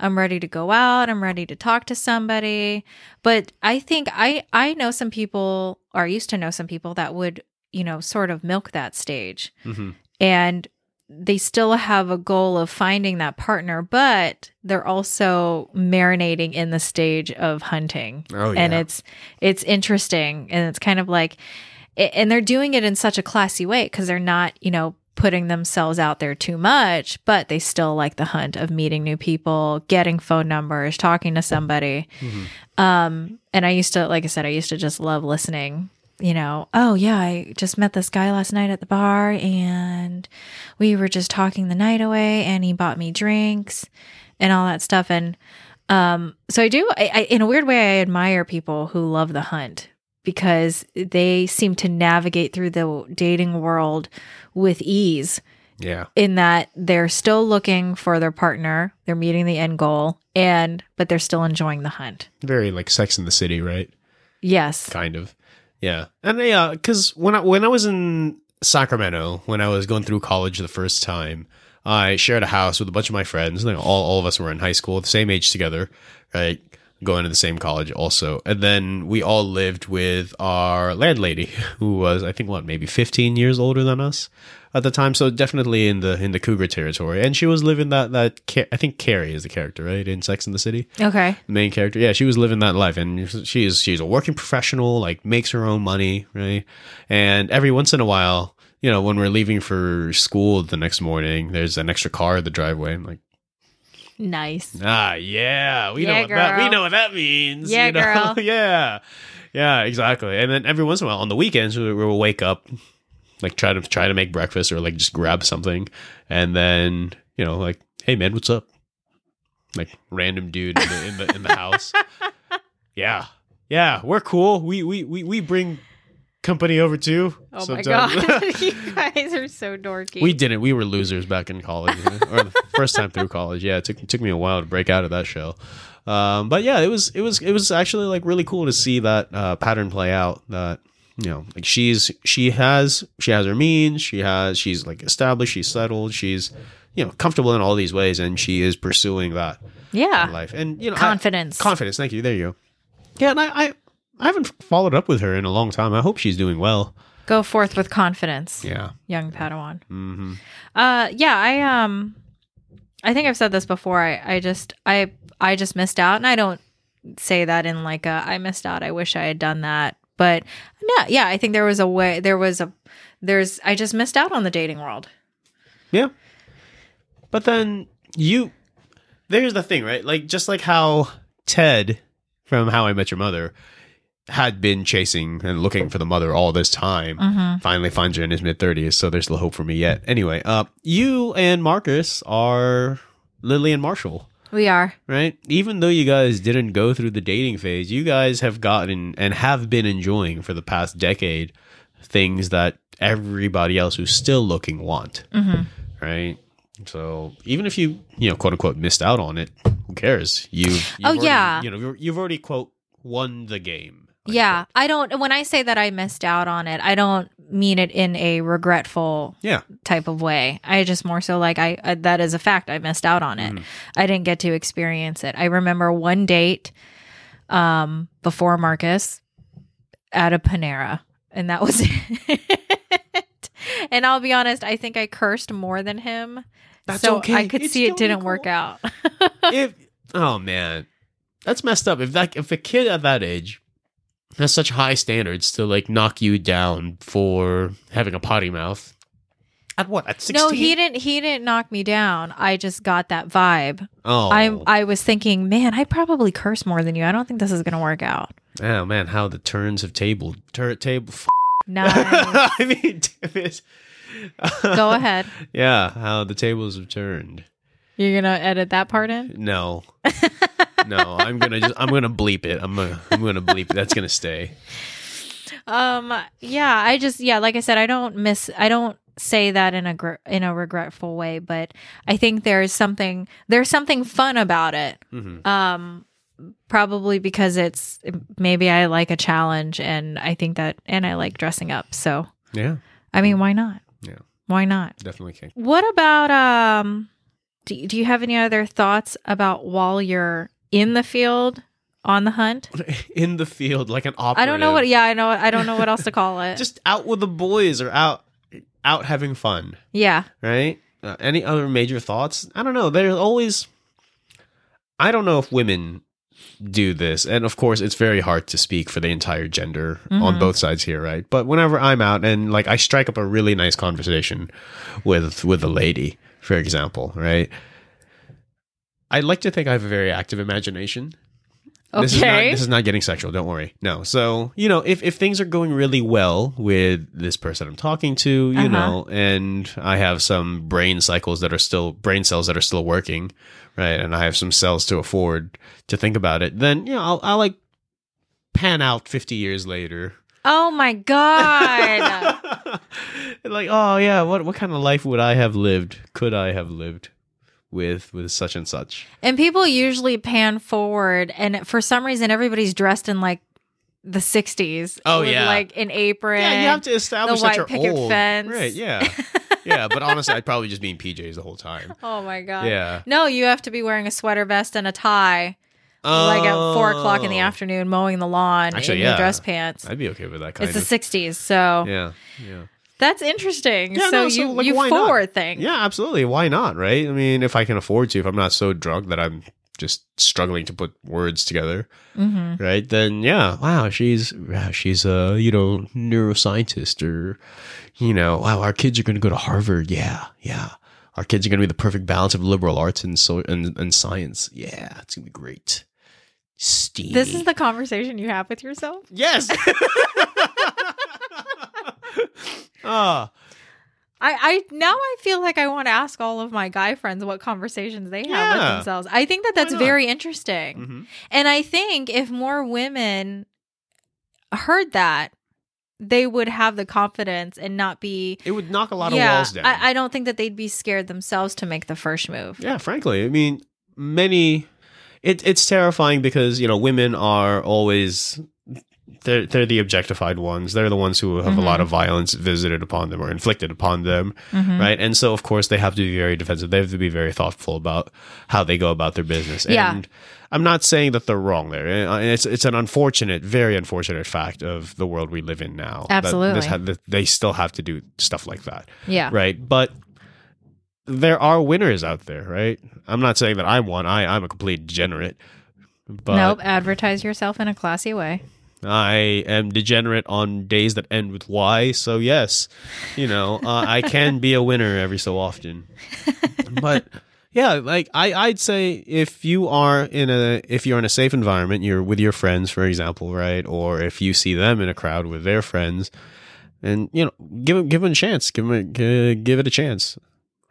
B: I'm ready to go out. I'm ready to talk to somebody. But I think I I know some people, or I used to know some people that would, you know, sort of milk that stage,
A: Mhm.
B: and they still have a goal of finding that partner, but they're also marinating in the stage of hunting
A: Oh,
B: and
A: yeah.
B: it's it's interesting and it's kind of like a- and they're doing it in such a classy way because they're not you know putting themselves out there too much but they still like the hunt of meeting new people getting phone numbers talking to somebody
A: Mm-hmm.
B: um and i used to like i said i used to just love listening you know oh yeah i just met this guy last night at the bar and we were just talking the night away and he bought me drinks and all that stuff and um, so I do, I, I, in a weird way, I admire people who love the hunt because they seem to navigate through the dating world with ease
A: yeah.
B: in that they're still looking for their partner, they're meeting the end goal, and but they're still enjoying the hunt.
A: Very like Sex in the City, right?
B: Yes.
A: Kind of. Yeah, and yeah, because when I when I was in Sacramento, when I was going through college the first time, I shared a house with a bunch of my friends. You know, all all of us were in high school, the same age together, right? going to the same college also. And then we all lived with our landlady who was I think what maybe 15 years older than us at the time, so definitely in the in the cougar territory. And she was living that that Ca- I think Carrie is the character, right? In Sex in the City
B: Okay.
A: the main character. Yeah, she was living that life, and she's she's a working professional, like makes her own money, right? And every once in a while, you know, when we're leaving for school the next morning, there's an extra car in the driveway. I'm like,
B: Nice.
A: ah, yeah, we know
B: Yeah,
A: what that we
B: girl.
A: know what that means.
B: Yeah,
A: you know?
B: girl.
A: yeah, yeah, exactly. And then every once in a while on the weekends, we, we will wake up, like try to try to make breakfast or like just grab something, and then you know, like, hey man, what's up? Like random dude in the in the, in the house. Yeah. Yeah, we're cool. We we we, we bring company over too.
B: Oh
A: sometimes.
B: my god, you guys are so dorky.
A: we didn't. We were losers back in college, you know, or the first time through college. Yeah, it took took me a while to break out of that shell. Um, but yeah, it was it was it was actually like really cool to see that uh, pattern play out. That you know, like she's she has she has her means. She has she's like established. She's settled. She's you know comfortable in all these ways, and she is pursuing that
B: yeah,
A: life. And you know, I-
B: Ah. confidence.
A: confidence. Thank you. There you go. Yeah, and I, I I haven't followed up with her in a long time. I hope she's doing well.
B: Go forth with confidence,
A: Yeah.
B: young Padawan.
A: Mm-hmm.
B: Uh, yeah, I um, I think I've said this before. I I just I I just missed out, and I don't say that in like a I missed out. I wish I had done that, but no, yeah, I think there was a way. There was a there's I just missed out on the dating world.
A: Yeah. But then you there's the thing, right? Like just like how Ted from How I Met Your Mother had been chasing and looking for the mother all this time. Finally finds her in his mid 30s, so there's still hope for me yet. Anyway, uh you and Marcus are Lily and Marshall,
B: We are
A: right? Even though you guys didn't go through the dating phase, you guys have gotten and have been enjoying for the past decade things that everybody else who's still looking want
B: Mm-hmm.
A: right? So even if you you know quote unquote missed out on it, who cares? You you've
B: Oh,
A: already-
B: yeah.
A: you know you're- you've already quote won the game. Like,
B: yeah, I don't. When I say that I missed out on it, I don't mean it in a regretful
A: yeah,
B: type of way. I just more so like I uh, that is a fact. I missed out on it.
A: Mm-hmm.
B: I didn't get to experience it. I remember one date um before Marcus at a Panera and that was it. and I'll be honest, I think I cursed more than him.
A: That's
B: so
A: okay.
B: I could
A: It's
B: see it
A: totally
B: didn't work
A: cool.
B: out.
A: if oh man, that's messed up. If that if a kid at that age has such high standards to like knock you down for having a potty mouth at what at sixteen?
B: No, he didn't he didn't knock me down. I just got that vibe.
A: Oh,
B: I I was thinking, man, I probably curse more than you. I don't think this is going to work out.
A: oh man, how the turns of table tur- table. F-
B: Nice.
A: I mean, damn it.
B: Go ahead.
A: Yeah, how the tables have turned.
B: You're gonna edit that part in?
A: No. no, I'm gonna just I'm gonna bleep it. I'm gonna I'm gonna bleep it. That's gonna stay.
B: Um. Yeah. I just. Yeah. Like I said, I don't miss. I don't say that in a gr- in a regretful way, but I think there's something there's something fun about it.
A: Mhm.
B: Um. Probably because it's maybe I like a challenge, and I think that, and I like dressing up. So
A: Yeah,
B: I mean, why not?
A: Yeah.
B: Why not?
A: definitely can.
B: What about um? Do, do you have any other thoughts about while you're in the field on the hunt?
A: In the field, like an operative.
B: I don't know what. Yeah, I know. I don't know what else to call it.
A: Just out with the boys or out out having fun,
B: yeah.
A: right? Uh, any other major thoughts? I don't know. There's always. I don't know if women do this, and of course, it's very hard to speak for the entire gender on both sides here, right? But whenever I'm out and like I strike up a really nice conversation with with a lady, for example, right? I like to think I have a very active imagination. This is, not,
B: Okay.
A: this is not getting sexual. Don't worry. No. So you know, if if things are going really well with this person I'm talking to, you
B: Uh-huh.
A: know, and I have some brain cycles that are still brain cells that are still working, right, and I have some cells to afford to think about it, then you know, I'll, I'll like pan out 50 years later.
B: Oh my god.
A: like, oh yeah, what what kind of life would I have lived? Could I have lived with with such and such?
B: and people usually pan forward and for some reason everybody's dressed in like the 60s.
A: Oh,
B: with,
A: yeah.
B: Like an apron.
A: Yeah, you have to establish that
B: white
A: you're
B: picket
A: old.
B: fence.
A: Right, yeah. yeah, but honestly, I'd probably just be in PJs the whole time.
B: Oh my god.
A: Yeah.
B: No, you have to be wearing a sweater vest and a tie like at four o'clock in the afternoon, mowing the lawn
A: Actually,
B: in your
A: yeah.
B: dress pants.
A: Oh, I'd be okay with that kind
B: It's the
A: of.
B: '60s, so
A: yeah, yeah,
B: that's interesting.
A: Yeah,
B: so,
A: no, so,
B: you
A: like,
B: you
A: why not?
B: forward thing,
A: yeah. Absolutely. Why not? Right? I mean, if I can afford to, if I'm not so drunk that I'm just struggling to put words together,
B: hmm
A: right? Then yeah. Wow, she's wow, she's a you know neuroscientist or you know wow, our kids are going to go to Harvard. Yeah, yeah. Our kids are going to be the perfect balance of liberal arts and so and, and science. Yeah, it's going to be great. Steamy.
B: This is the conversation you have with yourself.
A: Yes. Ah,
B: I, I now I feel like I want to ask all of my guy friends what conversations they have
A: Yeah.
B: with themselves. I think that that's
A: not?
B: very interesting.
A: mhm.
B: And I think if more women heard that, they would have the confidence and not be
A: It would knock a lot
B: yeah,
A: of walls down.
B: I, I don't think that they'd be scared themselves to make the first move.
A: yeah, frankly, I mean, many. It, it's terrifying because you know women are always they're they're the objectified ones. They're the ones who have a
B: Mm-hmm.
A: lot of violence visited upon them or inflicted upon them, right? And so of course they have to be very defensive. They have to be very thoughtful about how they go about their business.
B: Yeah.
A: And I'm not saying that they're wrong there. Uh, It's it's an unfortunate, very unfortunate fact of the world we live in now. that this
B: Absolutely.
A: ha- that they still have to do stuff like that
B: Yeah.
A: right but there are winners out there right i'm not saying that i'm one i i'm a complete degenerate but
B: nope. Advertise yourself in a classy way.
A: i am degenerate on days that end with y so yes you know uh, i can be a winner every so often but yeah like i i'd say if you are in a if you're in a safe environment you're with your friends for example right or if you see them in a crowd with their friends and you know give them give them a chance give them a, gi- give it a chance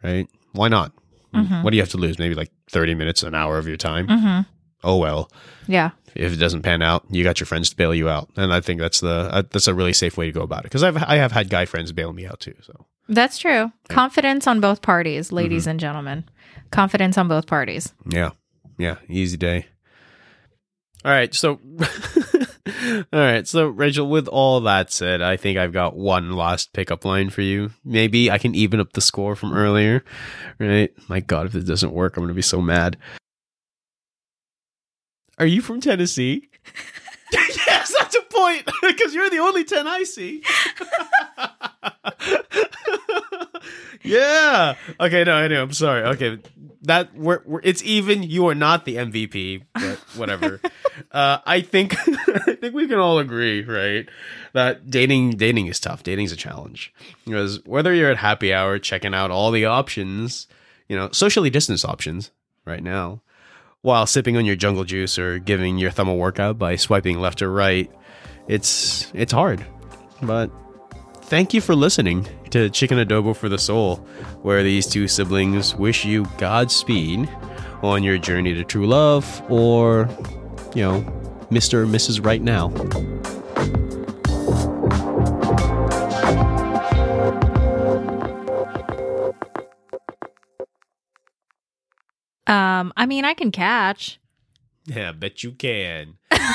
A: right why not what do you have to lose maybe like 30 minutes an hour of your time oh well
B: Mm-hmm. Yeah.
A: if it doesn't pan out, you got your friends to bail you out, and I think that's the uh, that's a really safe way to go about it. Because I've I have had guy friends bail me out too. So
B: That's true. Confidence on both parties, ladies and gentlemen. Confidence on both parties.
A: yeah, yeah, easy day. All right, so all right, so Rachel, with all that said, I think I've got one last pickup line for you. Maybe I can even up the score from earlier, right? My God, if this doesn't work, I'm gonna be so mad. Are you from Tennessee? yes, that's a point because you're the only ten I see. yeah. Okay. No, I know. I'm sorry. Okay, that we're, we're it's even. You are not the MVP, but whatever. uh, I think I think we can all agree, right? That dating dating is tough. Dating is a challenge because whether you're at happy hour checking out all the options, you know, socially distanced options right now, while sipping on your jungle juice or giving your thumb a workout by swiping left or right, it's it's hard, but Thank you for listening to Chicken Adobo for the Soul, where these two siblings wish you Godspeed on your journey to true love or, you know, Mr. or Mrs. Right Now.
B: Um, I mean, I can catch.
A: Yeah, bet you can. oh,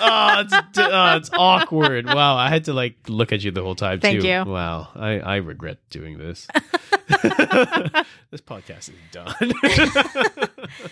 A: it's, oh, it's awkward. Wow, I had to like look at you the whole time
B: Thank
A: too.
B: you.
A: Wow, I, I regret doing this. this podcast is done.